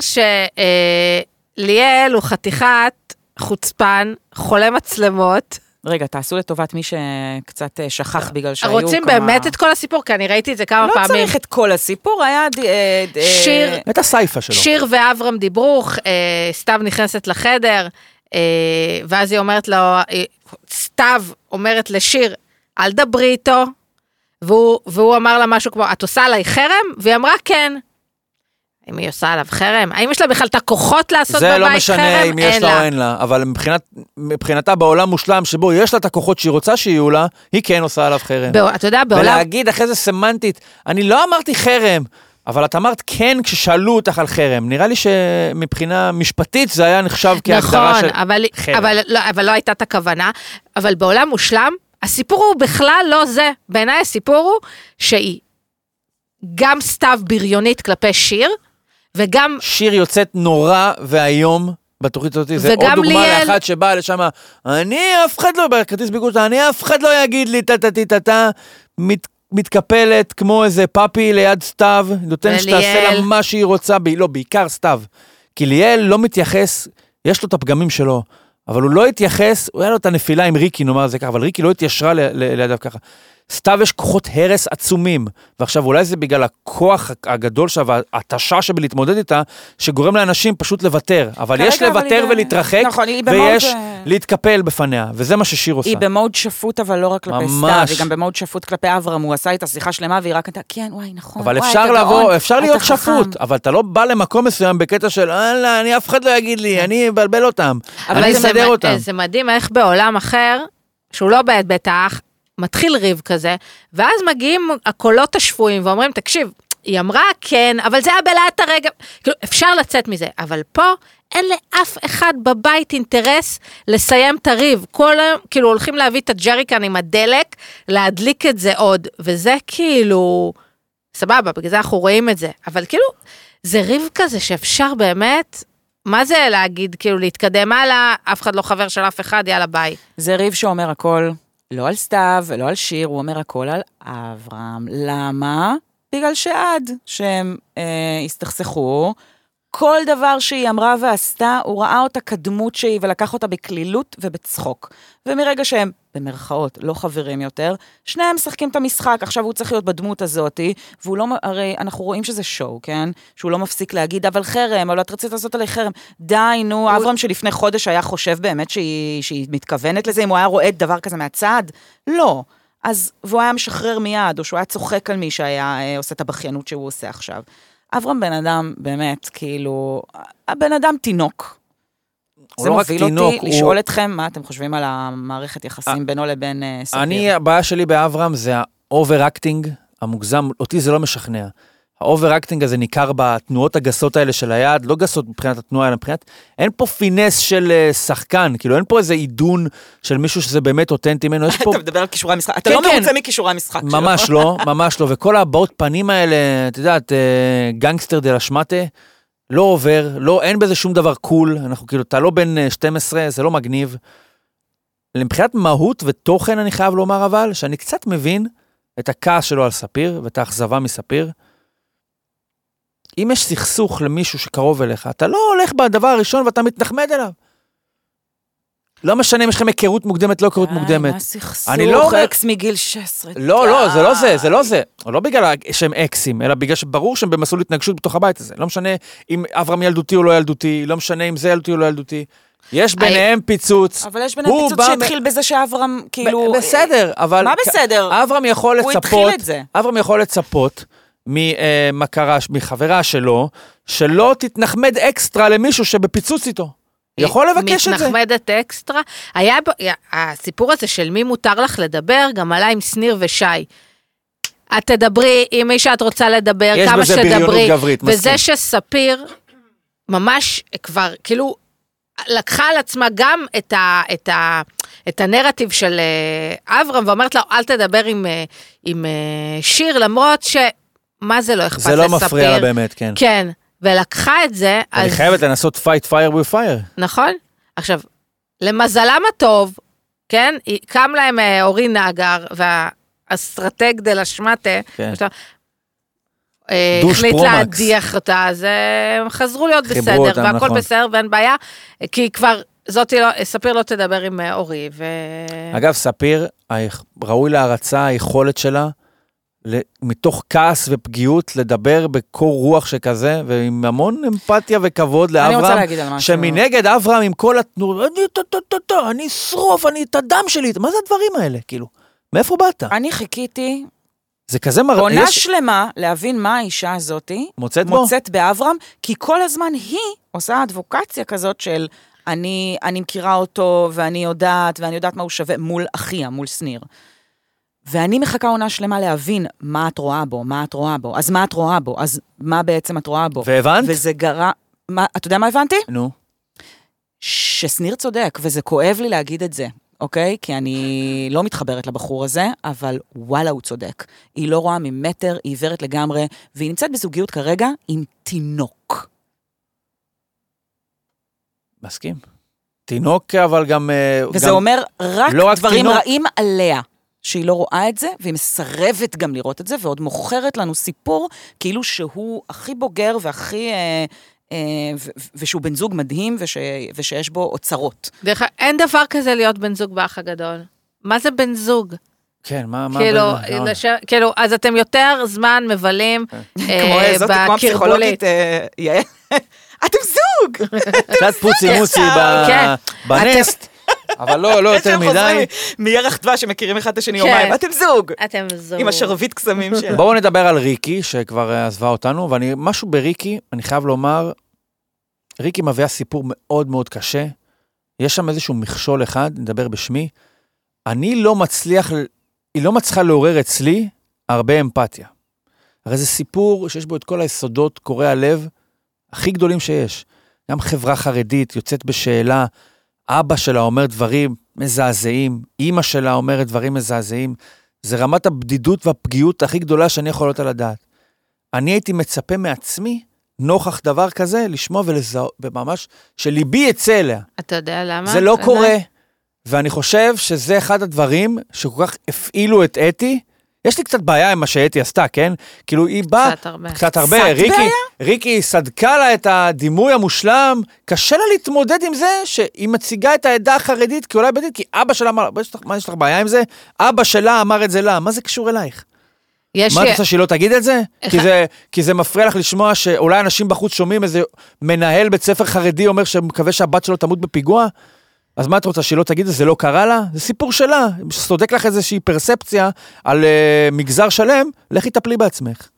שליאל הוא חתיכת חוצפן, חולה מצלמות.
רגע, תעשו לטובת מי שקצת אה, שכח בגלל שהיו כמה...
רוצים באמת את כל הסיפור? כי אני ראיתי את זה כמה
לא
פעמים.
צריך את כל הסיפור, היה... ד- אה, ד- אה,
שיר.
את הסייפה שלו.
שיר ואברהם דיברו, אה, סתיו נכנסת לחדר, אה, ואז היא אומרת לו, אה, סתיו אומרת לשיר, אל דברי איתו, והוא, והוא אמר לה משהו כמו, את עושה עליי חרם? והיא אמרה, כן. האם היא עושה עליו חרם? האם יש לה בכלל את הכוחות לעשות בבית
זה
חרם?
לא משנה אם יש לה או אין לה, אבל מבחינת, מבחינתה בעולם מושלם שבו יש לה את הכוחות שהיא רוצה שיהיו לה, היא כן עושה עליו חרם.
בא- אתה יודע, בעולם...
ולהגיד אחרי זה סמנטית, אני לא אמרתי חרם, אבל את אמרת כן כששאלו אותך על חרם. נראה לי שמבחינה משפטית זה היה נחשב כהגדרה
נכון,
של...
אבל,
חרם.
אבל, לא, אבל לא הייתה את הכוונה, אבל בעולם מושלם, הסיפור הוא בכלל לא זה. בעיניי הסיפור הוא שהיא גם סתיו בריונית כלפי שיר, וגם,
שיר יוצאת נורא ואיום. בתוכנית הזאת, זה עוד
וגם
דוגמה
ליאל-
לאחת שבאה לשם, אני אף אחד לא, בכרטיס ביקור שלה, אני אף אחד לא יגיד לי טה טה טה טה טה, מת- מתקפלת כמו איזה פאפי ליד סתיו, נותנת שתעשה
וליאל-
לה מה שהיא רוצה, ב- לא, בעיקר סתיו. כי ליאל לא מתייחס, יש לו את הפגמים שלו, אבל הוא לא התייחס, הוא היה לו את הנפילה עם ריקי, נאמר את זה ככה, אבל ריקי לא התיישרה ל- ל- לידיו ככה. סתיו יש כוחות הרס עצומים, ועכשיו אולי זה בגלל הכוח הגדול שלה וההתשה שבלהתמודד איתה, שגורם לאנשים פשוט לוותר, אבל
כרגע,
יש
אבל היא
לוותר
ב-
ולהתרחק,
נכון, היא במאוד,
ויש
אה,
להתקפל בפניה, וזה מה ששיר עושה.
היא במוד שפוט, אבל לא רק כלפי
ממש.
סתיו, היא גם במוד שפוט כלפי אברהם, הוא עשה איתה שיחה שלמה, והיא רק ענתה, כן, וואי, נכון,
אבל
וואי,
אפשר
אתה גאון,
לבוא, אפשר
אתה
להיות
חכם."
שפוט, אבל אתה לא בא למקום מסוים בקטע של, "אללה, אני אף אחד לא יגיד לי, אני אבלבל אותם, אני
זה,
אה,
אסדר
מ-
אותם.
זה מדהים איך בעולם אחר, שהוא לא בעת בית האח, מתחיל ריב כזה, ואז מגיעים הקולות השפויים ואומרים, תקשיב, היא אמרה כן, אבל זה היה בלהט הרגע, כאילו, אפשר לצאת מזה, אבל פה אין לאף אחד בבית אינטרס לסיים את הריב. כל היום, כאילו, הולכים להביא את הג'ריקן עם הדלק, להדליק את זה עוד, וזה כאילו, סבבה, בגלל זה אנחנו רואים את זה, אבל כאילו, זה ריב כזה שאפשר באמת, מה זה להגיד, כאילו, להתקדם הלאה, אף אחד לא חבר של אף אחד, יאללה ביי.
זה ריב שאומר הכל, לא על סתיו ולא על שיר, הוא אומר הכל על אברהם. למה? בגלל שעד שהם אה, הסתכסכו, כל דבר שהיא אמרה ועשתה, הוא ראה אותה כדמות שהיא ולקח אותה בקלילות ובצחוק. ומרגע שהם, במרכאות, לא חברים יותר, שניהם משחקים את המשחק, עכשיו הוא צריך להיות בדמות הזאתי, והוא לא, מ- הרי אנחנו רואים שזה שואו, כן? שהוא לא מפסיק להגיד, אבל חרם, אבל את רצית לעשות עלי חרם. די, נו, אברהם שלפני חודש היה חושב באמת שהיא, שהיא מתכוונת לזה, אם הוא היה רואה דבר כזה מהצד? לא. אז, והוא היה משחרר מיד, או שהוא היה צוחק על מי שהיה אה, עושה את הבכיינות שהוא עושה עכשיו. אברהם בן אדם, באמת, כאילו, הבן אדם תינוק.
הוא
זה
לא רק
מוביל
תינוק,
אותי
הוא-
לשאול אתכם מה אתם חושבים על המערכת יחסים בינו לבין אה, ספיר.
אני, הבעיה שלי באברהם זה האובר-אקטינג המוגזם, אותי זה לא משכנע. האובר-אקטינג הזה ניכר בתנועות הגסות האלה של היד, לא גסות מבחינת התנועה, אלא מבחינת... אין פה פינס של אה, שחקן, כאילו אין פה איזה עידון של מישהו שזה באמת אותנטי ממנו, יש פה...
אתה מדבר על כישורי המשחק, אתה
כן,
לא
כן.
מרוצה מכישורי המשחק שלו.
ממש לא, ממש לא, וכל הבעות פנים האלה, את יודעת, אה, גנגסטר דה לה שמאטה, לא עובר, לא, אין בזה שום דבר קול, אנחנו כאילו, אתה לא בן אה, 12, זה לא מגניב. מבחינת מהות ותוכן, אני חייב לומר אבל, שאני קצת מבין את הכעס שלו על ספיר ואת האכזבה מספיר. אם יש סכסוך למישהו שקרוב אליך, אתה לא הולך בדבר הראשון ואתה מתנחמד אליו. לא משנה אם יש לכם היכרות מוקדמת, לא היכרות מוקדמת.
מה סכסוך?
אני לא אומר-
אקס מגיל 16.
לא, לא, זה לא זה, זה לא זה. לא בגלל שהם אקסים, אלא בגלל שברור שהם במסלול התנגשות בתוך הבית הזה. לא משנה אם אברהם ילדותי או לא ילדותי, לא משנה אם זה ילדותי או לא ילדותי. יש ביניהם פיצוץ.
אבל יש ביניהם
הוא
פיצוץ
בא מ-
שהתחיל בזה שאברהם,
ב-
כאילו...
בסדר, אבל... אה.
מה
כ-
בסדר?
אברהם יכול
הוא
לצפות...
התחיל את זה.
אברהם יכול לצפות ממכרה, מחברה שלו, שלא תתנחמד אקסטרה למישהו שבפיצוץ איתו.
אה,
יכול לבקש את זה.
מתנחמדת אקסטרה. היה, ב- הסיפור הזה של מי מותר לך לדבר, גם עלה עם שניר ושי. את תדברי עם מי שאת רוצה לדבר,
יש
כמה
בזה
שתדברי.
בריונות גברית, מסכים.
וזה שספיר ממש כבר, כאילו, לקחה על עצמה גם את, ה, את, ה, את הנרטיב של אה, אברהם, ואומרת לה, אל תדבר עם, אה, עם אה, שיר, למרות ש... מה זה לא אכפת
זה
לספיר?
לא מפריע לה באמת, כן.
כן, ולקחה את זה,
אני
אז-
חייבת לנסות fight fire with fire.
נכון? עכשיו, למזלם הטוב, כן? היא- קם להם אה, אורי נגר והאסטרטג דה לה שמטה,
כן.
יש לה- אה,
דוש
החליט
פרומקס.
להדיח אותה, אז אה, הם חזרו להיות
חיברו
בסדר,
אותם,
והכל
נכון.
בסדר ואין בעיה, כי כבר, זאתי לא, ספיר לא תדבר עם אה, אורי, ו...
כן.
אגב, ספיר, היכ- ראוי להערצה היכולת שלה, ל- מתוך כעס ופגיעות, לדבר בקור רוח שכזה, ועם המון אמפתיה וכבוד
אני רוצה
לאברהם,
להגיד על משהו.
שמנגד אברהם עם כל התנור, אני טו-טו-טו-טו, אני אשרוף, אני את הדם שלי, מה זה הדברים האלה, כאילו? מאיפה באת?
אני חיכיתי
זה כזה מראה,
עונה
יש...
שלמה להבין מה האישה הזאתי
מוצאת בו?
מוצאת באברהם, כי כל הזמן היא עושה אדבוקציה כזאת של אני, אני מכירה אותו ואני יודעת, ואני יודעת מה הוא שווה מול אחיה, מול שניר. ואני מחכה עונה שלמה להבין מה את רואה בו, מה את רואה בו, אז מה את רואה בו, אז מה בעצם את רואה בו.
והבנת?
וזה גרם... מה- אתה יודע מה הבנתי?
נו,
ששניר צודק, וזה כואב לי להגיד את זה, אוקיי? כי אני לא מתחברת לבחור הזה, אבל וואלה, הוא צודק. היא לא רואה ממטר, היא עיוורת לגמרי, והיא נמצאת בזוגיות כרגע עם תינוק.
מסכים. תינוק, אבל גם... אה,
וזה
גם-
אומר רק,
לא רק
דברים
תינוק.
רעים עליה. שהיא לא רואה את זה, והיא מסרבת גם לראות את זה, ועוד מוכרת לנו סיפור כאילו שהוא הכי בוגר והכי... אה, אה, ו- ו- ושהוא בן זוג מדהים, וש- ושיש בו אוצרות.
דרך אגב, אין דבר כזה להיות בן זוג באח הגדול. מה זה בן זוג?
כן, מה... לא. מה-
כאילו,
מה-
לא,
מה-
לש... כאילו, אז אתם יותר זמן מבלים
כן.
אה,
כמו זאת, כמו
בקרבולית.
הפסיכולוגית אה, יעל. אתם זוג!
קצת פוצי מוצי ב-
כן.
בנסט, אבל לא, לא יותר
לא. אתם חוזרים
מדי.
מ- מירח דבש שמכירים אחד את השני
כן.
יומיים, אתם זוג!
אתם זוג.
עם השרביט קסמים שלה.
בואו נדבר על ריקי, שכבר אה, עזבה אותנו, ואני, משהו בריקי, אני חייב לומר, ריקי מביאה סיפור מאוד מאוד קשה. יש שם איזשהו מכשול אחד, נדבר בשמי. אני לא מצליח, ל- היא לא מצליחה לעורר אצלי הרבה אמפתיה. הרי זה סיפור שיש בו את כל היסודות קורעי הלב הכי גדולים שיש. גם חברה חרדית יוצאת בשאלה, אבא שלה אומר דברים מזעזעים, אימא שלה אומרת דברים מזעזעים. זה רמת הבדידות והפגיעות הכי גדולה שאני יכול להיות על הדעת. אני הייתי מצפה מעצמי, נוכח דבר כזה, לשמוע ולזהות, וממש, שליבי יצא אליה.
אתה יודע למה?
זה לא
למה?
קורה. ואני חושב שזה אחד הדברים שכל כך הפעילו את אתי. יש לי קצת בעיה עם מה שאתי עשתה, כן? כאילו, היא באה...
קצת הרבה.
קצת הרבה.
קצת
ריקי,
בעיה?
ריקי סדקה לה את הדימוי המושלם. קשה לה להתמודד עם זה שהיא מציגה את העדה החרדית כעולה בדית, כי אבא שלה אמר לה, "מה יש לך- מה יש לך בעיה עם זה? אבא שלה אמר את זה לה, מה זה קשור אלייך?
יש
מה
לי-
את רוצה שהיא לא תגיד את זה? כי
אחד-
זה? כי זה מפריע לך לשמוע שאולי אנשים בחוץ שומעים איזה מנהל בית ספר חרדי אומר שמקווה שהבת שלו תמות בפיגוע? אז מה את רוצה שהיא לא תגיד את זה? זה לא קרה לה? זה סיפור שלה. סודק לך איזושהי פרספציה על uh, מגזר שלם, לכי תפלי בעצמך.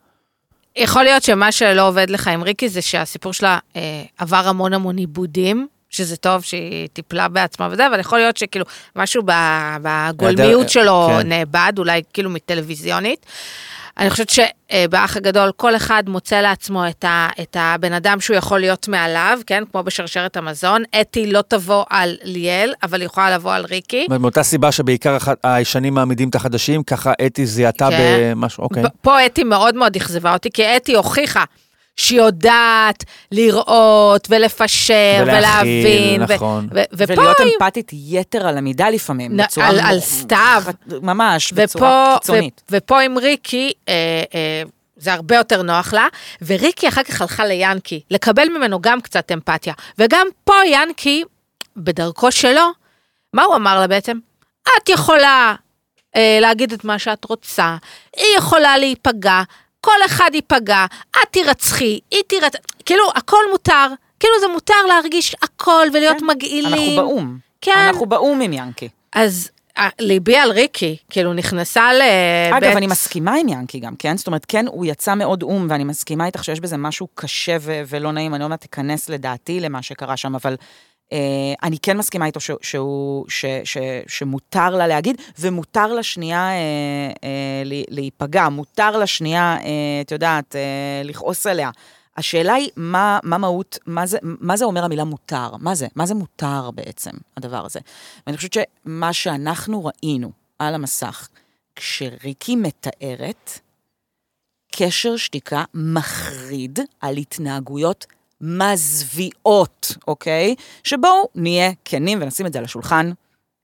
יכול להיות שמה שלא עובד לך עם ריקי זה שהסיפור שלה אה, עבר המון המון עיבודים. שזה טוב שהיא טיפלה בעצמה וזה, אבל יכול להיות שכאילו משהו ב-
היעדר-
בגולמיות שלו
כן.
נאבד, אולי כאילו מטלוויזיונית. אני חושבת שבאח הגדול כל אחד מוצא לעצמו את, ה, את הבן אדם שהוא יכול להיות מעליו, כן? כמו בשרשרת המזון. אתי לא תבוא על ליאל, אבל היא יכולה לבוא על ריקי.
מאותה סיבה שבעיקר הח- הישנים מעמידים את החדשים, ככה אתי זיהתה
כן.
במשהו, אוקיי.
פה אתי מאוד מאוד אכזבה אותי, כי אתי הוכיחה שיודעת לראות ולפשר
ולהכיל,
ולהבין. ו-
נכון.
ו- ופה
ולהיות
היא-
אמפתית יתר על המידה לפעמים,
נ-
בצורה...
על-
מ-
על סתיו.
ח- ממש,
ופה-
בצורה קיצונית.
ו- ופה עם ריקי, אה, אה, זה הרבה יותר נוח לה, וריקי אחר כך הלכה ליאנקי, לקבל ממנו גם קצת אמפתיה. וגם פה יאנקי, בדרכו שלו, מה הוא אמר לה בעצם? את יכולה אה, להגיד את מה שאת רוצה, היא יכולה להיפגע, כל אחד ייפגע, את תירצחי, היא תירצ... כאילו, הכל מותר, כאילו זה מותר להרגיש הכל ולהיות
כן,
מגעילים.
אנחנו באו"ם.
כן.
אנחנו באו"ם עם ינקי.
אז אה, ליבי על ריקי, כאילו נכנסה ל...
אגב,
בית-
אני מסכימה עם ינקי גם, כן? זאת אומרת, כן, הוא יצא מאוד או"ם, ואני מסכימה איתך שיש בזה משהו קשה ו- ולא נעים, אני עוד מעט אכנס לדעתי למה שקרה שם, אבל אה, אני כן מסכימה איתו ש- שהוא, ש- ש- שמותר לה להגיד, ומותר לה שנייה אה, אה, ל- להיפגע, מותר לה שנייה, אה, את יודעת, אה, לכעוס עליה. השאלה היא, מה, מה מהות, מה זה, מה זה אומר המילה מותר? מה זה? מה זה מותר בעצם, הדבר הזה? ואני חושבת שמה שאנחנו ראינו על המסך, כשריקי מתארת קשר שתיקה מחריד על התנהגויות מזוויעות, אוקיי? שבואו נהיה כנים ונשים את זה על השולחן.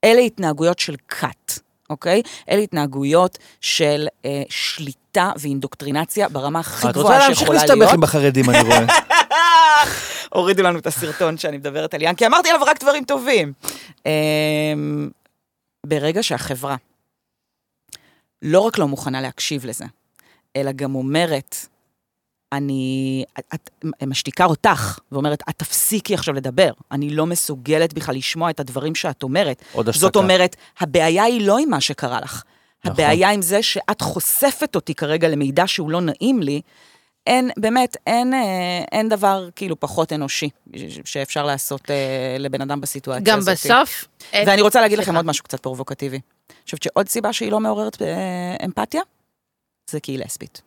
אלה התנהגויות של כת, אוקיי? אלה התנהגויות של אה, שליטה ואינדוקטרינציה ברמה הכי
את רוצה
גבוהה
להמשיך
שיכולה
להסתבך עם
להיות.
החרדים, אני רואה.
הורידו לנו את הסרטון שאני מדברת על ינקי, אמרתי עליו רק דברים טובים. אה, ברגע שהחברה לא רק לא מוכנה להקשיב לזה, אלא גם אומרת, אני, את, את משתיקה אותך, ואומרת, את תפסיקי עכשיו לדבר, אני לא מסוגלת בכלל לשמוע את הדברים שאת אומרת.
עוד השתקה.
זאת אומרת, הבעיה היא לא עם מה שקרה לך,
נכון.
הבעיה עם זה שאת חושפת אותי כרגע למידע שהוא לא נעים לי. אין, באמת, אין, אה, אין דבר כאילו פחות אנושי ש- ש- שאפשר לעשות אה, לבן אדם בסיטואציה
גם
הזאת.
בסוף... את-
ואני רוצה להגיד לכם
סליחה.
עוד משהו קצת פרובוקטיבי. אני חושבת שעוד סיבה שהיא לא מעוררת אה, אמפתיה, זה כי היא לסבית.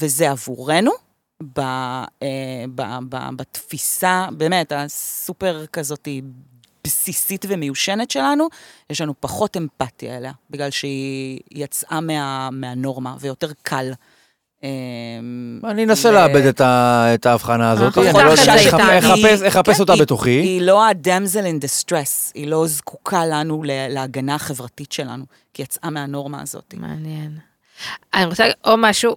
וזה עבורנו, ב, אה, ב, ב, בתפיסה, באמת, הסופר כזאת בסיסית ומיושנת שלנו, יש לנו פחות אמפתיה אליה, בגלל שהיא יצאה מה, מהנורמה, ויותר קל. אה,
אני אנסה
ו-
לאבד את ה- את ההבחנה הזאת,
אנחנו
אה,
אני לא
ניקח
יודע,
את זה
אחפ-
איתנו.
אחפש-
היא-
אחפש
כן,
אותה
היא-
בתוכי.
היא לא ה-damsel in distress, היא לא זקוקה לנו ל- להגנה החברתית שלנו, כי היא יצאה מהנורמה הזאת.
אה,
מעניין. אני רוצה להגיד עוד משהו,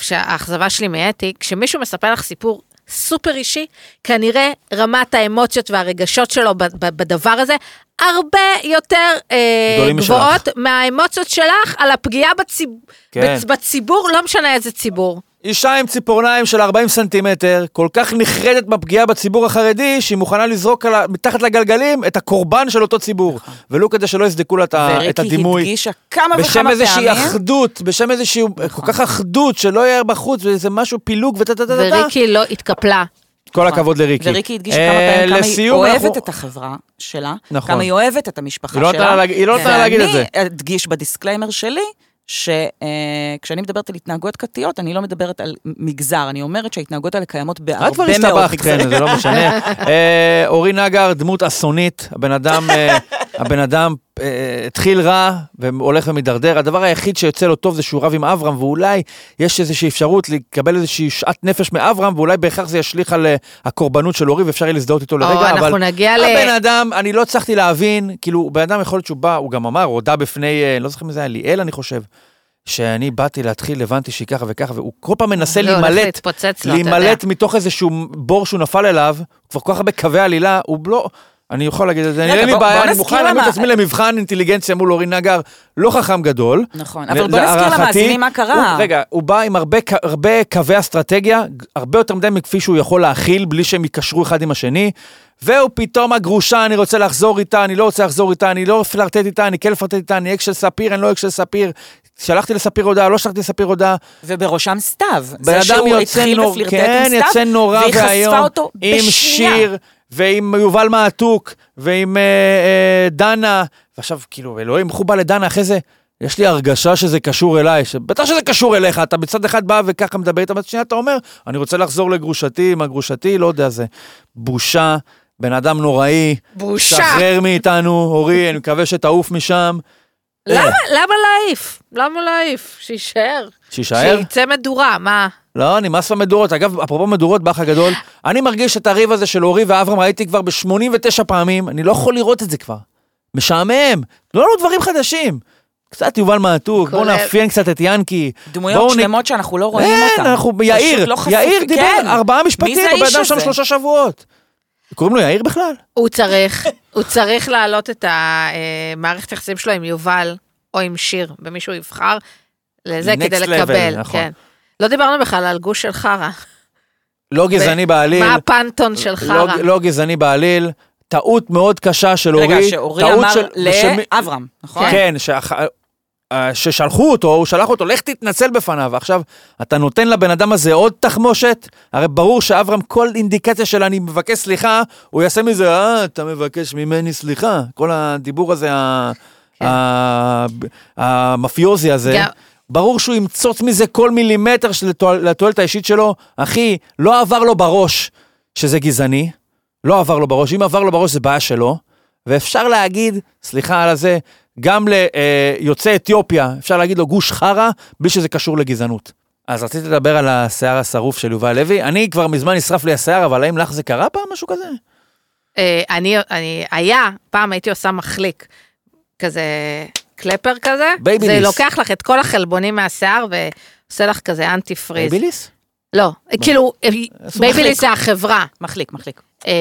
שהאכזבה שלי מאתי, כשמישהו מספר לך סיפור סופר אישי, כנראה רמת האמוציות והרגשות שלו ב- ב- בדבר הזה הרבה יותר אה,
גדולים משלך.
גבוהות מהאמוציות שלך על הפגיעה בציב...
כן.
בצ- בציבור, לא משנה איזה ציבור.
אישה עם ציפורניים של 40 סנטימטר, כל כך נחרדת בפגיעה בציבור החרדי, שהיא מוכנה לזרוק על ה... מתחת לגלגלים את הקורבן של אותו ציבור. ולו כדי שלא יסדקו לה את ה- את
נכון. וריקי
הדימוי.
הדגישה כמה
בשם
וכמה
איזושהי
פעמים, נכון.
אחדות, בשם איזושהי, כל כך אחדות, שלא יהיה בחוץ, וזה משהו פילוג וטה טה טה טה.
וריקי לא התקפלה.
כל הכבוד לריקי.
נכון.
אה,
וריקי הדגישה כמה פעמים כמה היא אוהבת את החברה שלה,
נכון.
כמה היא אוהבת את המשפחה
היא לא נתנה לה
שלה.
להגיד- היא לא נתנה לה להגיד את זה.
ואני אדגיש בדיסקליימר שלי, שכשאני מדברת על התנהגויות כתיות, אני לא מדברת על מגזר, אני אומרת שההתנהגויות האלה קיימות
את כבר
בהרבה מאוד
הסתבכת,
מגזרים.
כן, זה לא משנה. אה, אורי נגר, דמות אסונית, הבן אדם, אה, הבן אדם אה, התחיל רע והולך ומידרדר. הדבר היחיד שיוצא לו טוב זה שהוא רב עם אברהם, ואולי יש איזושהי אפשרות לקבל איזושהי שאט נפש מאברהם, ואולי בהכרח זה ישליך על אה, הקורבנות של אורי, ואפשר יהיה להזדהות איתו
אה,
או,
נכון,
לרגע,
אנחנו
לא, אבל...
נגיע ל...
הבן אדם, אני לא הצלחתי להבין, כאילו, בן אדם יכול להיות שהוא בא, הוא גם אמר, הוא הודה בפני, אה, לא זוכר מי זה היה, ליאל, אני חושב, שאני באתי להתחיל, הבנתי שהיא ככה וככה, והוא כל פעם מנסה
זה לא, הולך
להימלט,
להתפוצץ לו, אתה יודע.
להימלט מתוך איזשהו בור שהוא נפל אליו, כבר כל כך הרבה קווי עלילה, הוא לא... אני יכול להגיד את זה,
רגע,
אין לי
בוא- בוא
בעיה, אני
נזכיר
מוכן להעמיד את
למה-
עצמי למבחן אינטליגנציה מול אורי נגר, לא חכם גדול.
נכון, אבל
ל-
בוא נזכיר
להערכתי,
למאזינים מה קרה.
הוא- רגע, הוא בא עם הרבה ק- הרבה קווי אסטרטגיה, ג- הרבה יותר מדי מכפי שהוא יכול להכיל, בלי שהם ייקשרו אחד עם השני. והוא פתאום הגרושה, אני רוצה לחזור איתה, אני לא רוצה לחזור איתה, אני לא פלרטט איתה, אני כן פלרטט איתה, אני אקס של ספיר, אני לא אקס של ספיר. שלחתי לספיר הודעה, לא שלחתי לספיר הודעה.
ובראשם סתיו.
בן
זה
אדם
שהוא
יוצא,
התחיל
נור...
בפלירטט
כן,
עם סתיו,
יוצא נורא
והיא חשפה
ואיום,
אותו
עם
בשנייה.
שיר, ועם יובל מעתוק, ועם אה, אה, דנה, ועכשיו כאילו, אלוהים, איך הוא בא לדנה אחרי זה? יש לי הרגשה שזה קשור אליי, בטח שזה קשור אליך, אתה מצד אחד בא וככה מדבר איתה, מצד שנייה אתה אומר, אני רוצה לחזור לגרושתי, עם הגרושתי, לא יודע, זה בושה, בן אדם נוראי,
בושה.
שחרר מאיתנו, אורי, אני מקווה שתעוף משם,
למה למה להעיף? למה להעיף? שיישאר.
שיישאר.
שיצא מדורה, מה?
לא, נמאס במדורות. אגב, אפרופו מדורות באח הגדול, אני מרגיש את הריב הזה של אורי ואברהם ראיתי כבר ב-89 פעמים, אני לא יכול לראות את זה כבר. משעמם, תנו לנו דברים חדשים. קצת יובל מעתוק, בואו
כולל-
נאפיין קצת את ינקי.
דמויות
בואו נ-
שלמות שאנחנו לא רואים
אין,
אותן.
אנחנו,
פשוט
יאיר,
לא חשוף-
יאיר דיבר
כן.
ארבעה
מי
משפטים,
זה
הבן
האיש
אדם שם
הזה?
שלושה שבועות. קוראים לו יאיר בכלל?
הוא צריך, הוא צריך להעלות את המערכת היחסים שלו עם יובל או עם שיר, במי שהוא יבחר, לזה
Next
כדי
level,
לקבל.
נכון.
כן. לא דיברנו בכלל על גוש של חרא.
לא גזעני בעליל.
מה הפנתון של
לא,
חרא?
לא גזעני בעליל. טעות מאוד קשה של אורי.
רגע, שאורי
טעות
אמר
של- של-
לאברהם, נכון?
כן, שאח- אה, ששלחו אותו, הוא שלח אותו, לך תתנצל בפניו. עכשיו, אתה נותן לבן אדם הזה עוד תחמושת? הרי ברור שאברהם, כל אינדיקציה של אני מבקש סליחה, הוא יעשה מזה, אה, אתה מבקש ממני סליחה. כל הדיבור הזה, ה-
כן.
ה- המאפיוזי הזה.
גם-
ברור שהוא ימצוץ מזה כל מילימטר של לתועל- לתועלת האישית שלו. אחי, לא עבר לו בראש שזה גזעני, לא עבר לו בראש. אם עבר לו בראש זה בעיה שלו, ואפשר להגיד, סליחה על הזה, גם ליוצא אתיופיה, אפשר להגיד לו גוש חרא, בלי שזה קשור לגזענות. אז רציתי לדבר על השיער השרוף של יובל לוי. אני כבר מזמן נשרף לי השיער, אבל האם לך זה קרה פעם, משהו כזה?
אה, אני, אני, היה, פעם הייתי עושה מחליק, כזה קלפר כזה.
בייביליס.
זה לוקח לך את כל החלבונים מהשיער ועושה לך כזה אנטי פריז.
ביליס?
לא, כאילו, אה,
עשו מחליק.
בייביליס זה החברה.
מחליק, מחליק.
אה,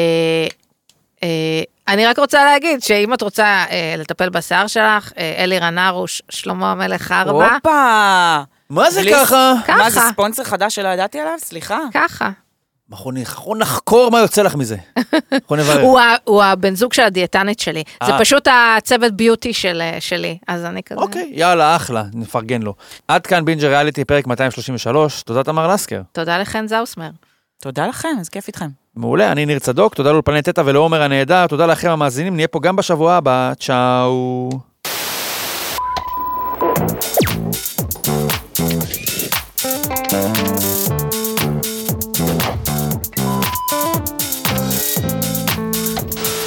אה, אני רק רוצה להגיד שאם את רוצה אה, לטפל בשיער שלך, אה, אלי רנרוש, שלמה המלך ארבע,
הופה!
מה זה
בלי-
ככה?
מה זה
ככה.
ספונסר חדש שלא ידעתי עליו? סליחה.
ככה.
אנחנו נכון נחקור מה יוצא לך מזה. אנחנו נברר.
הוא ה- הוא הבן זוג של הדיאטנית שלי. זה
אה.
פשוט הצוות ביוטי של- אה, שלי, אז אני כזה...
אוקיי, יאללה, אחלה, נפרגן לו. עד כאן בינג'ר ריאליטי, פרק 233, תודה תמר לסקר.
תודה לחן זאוסמר.
תודה לכם, איזה כיף איתכם.
מעולה, אני ניר צדוק, תודה לאולפני תטא ולעומר הנהדר, תודה לכם המאזינים, נהיה פה גם בשבוע הבא, צ'או.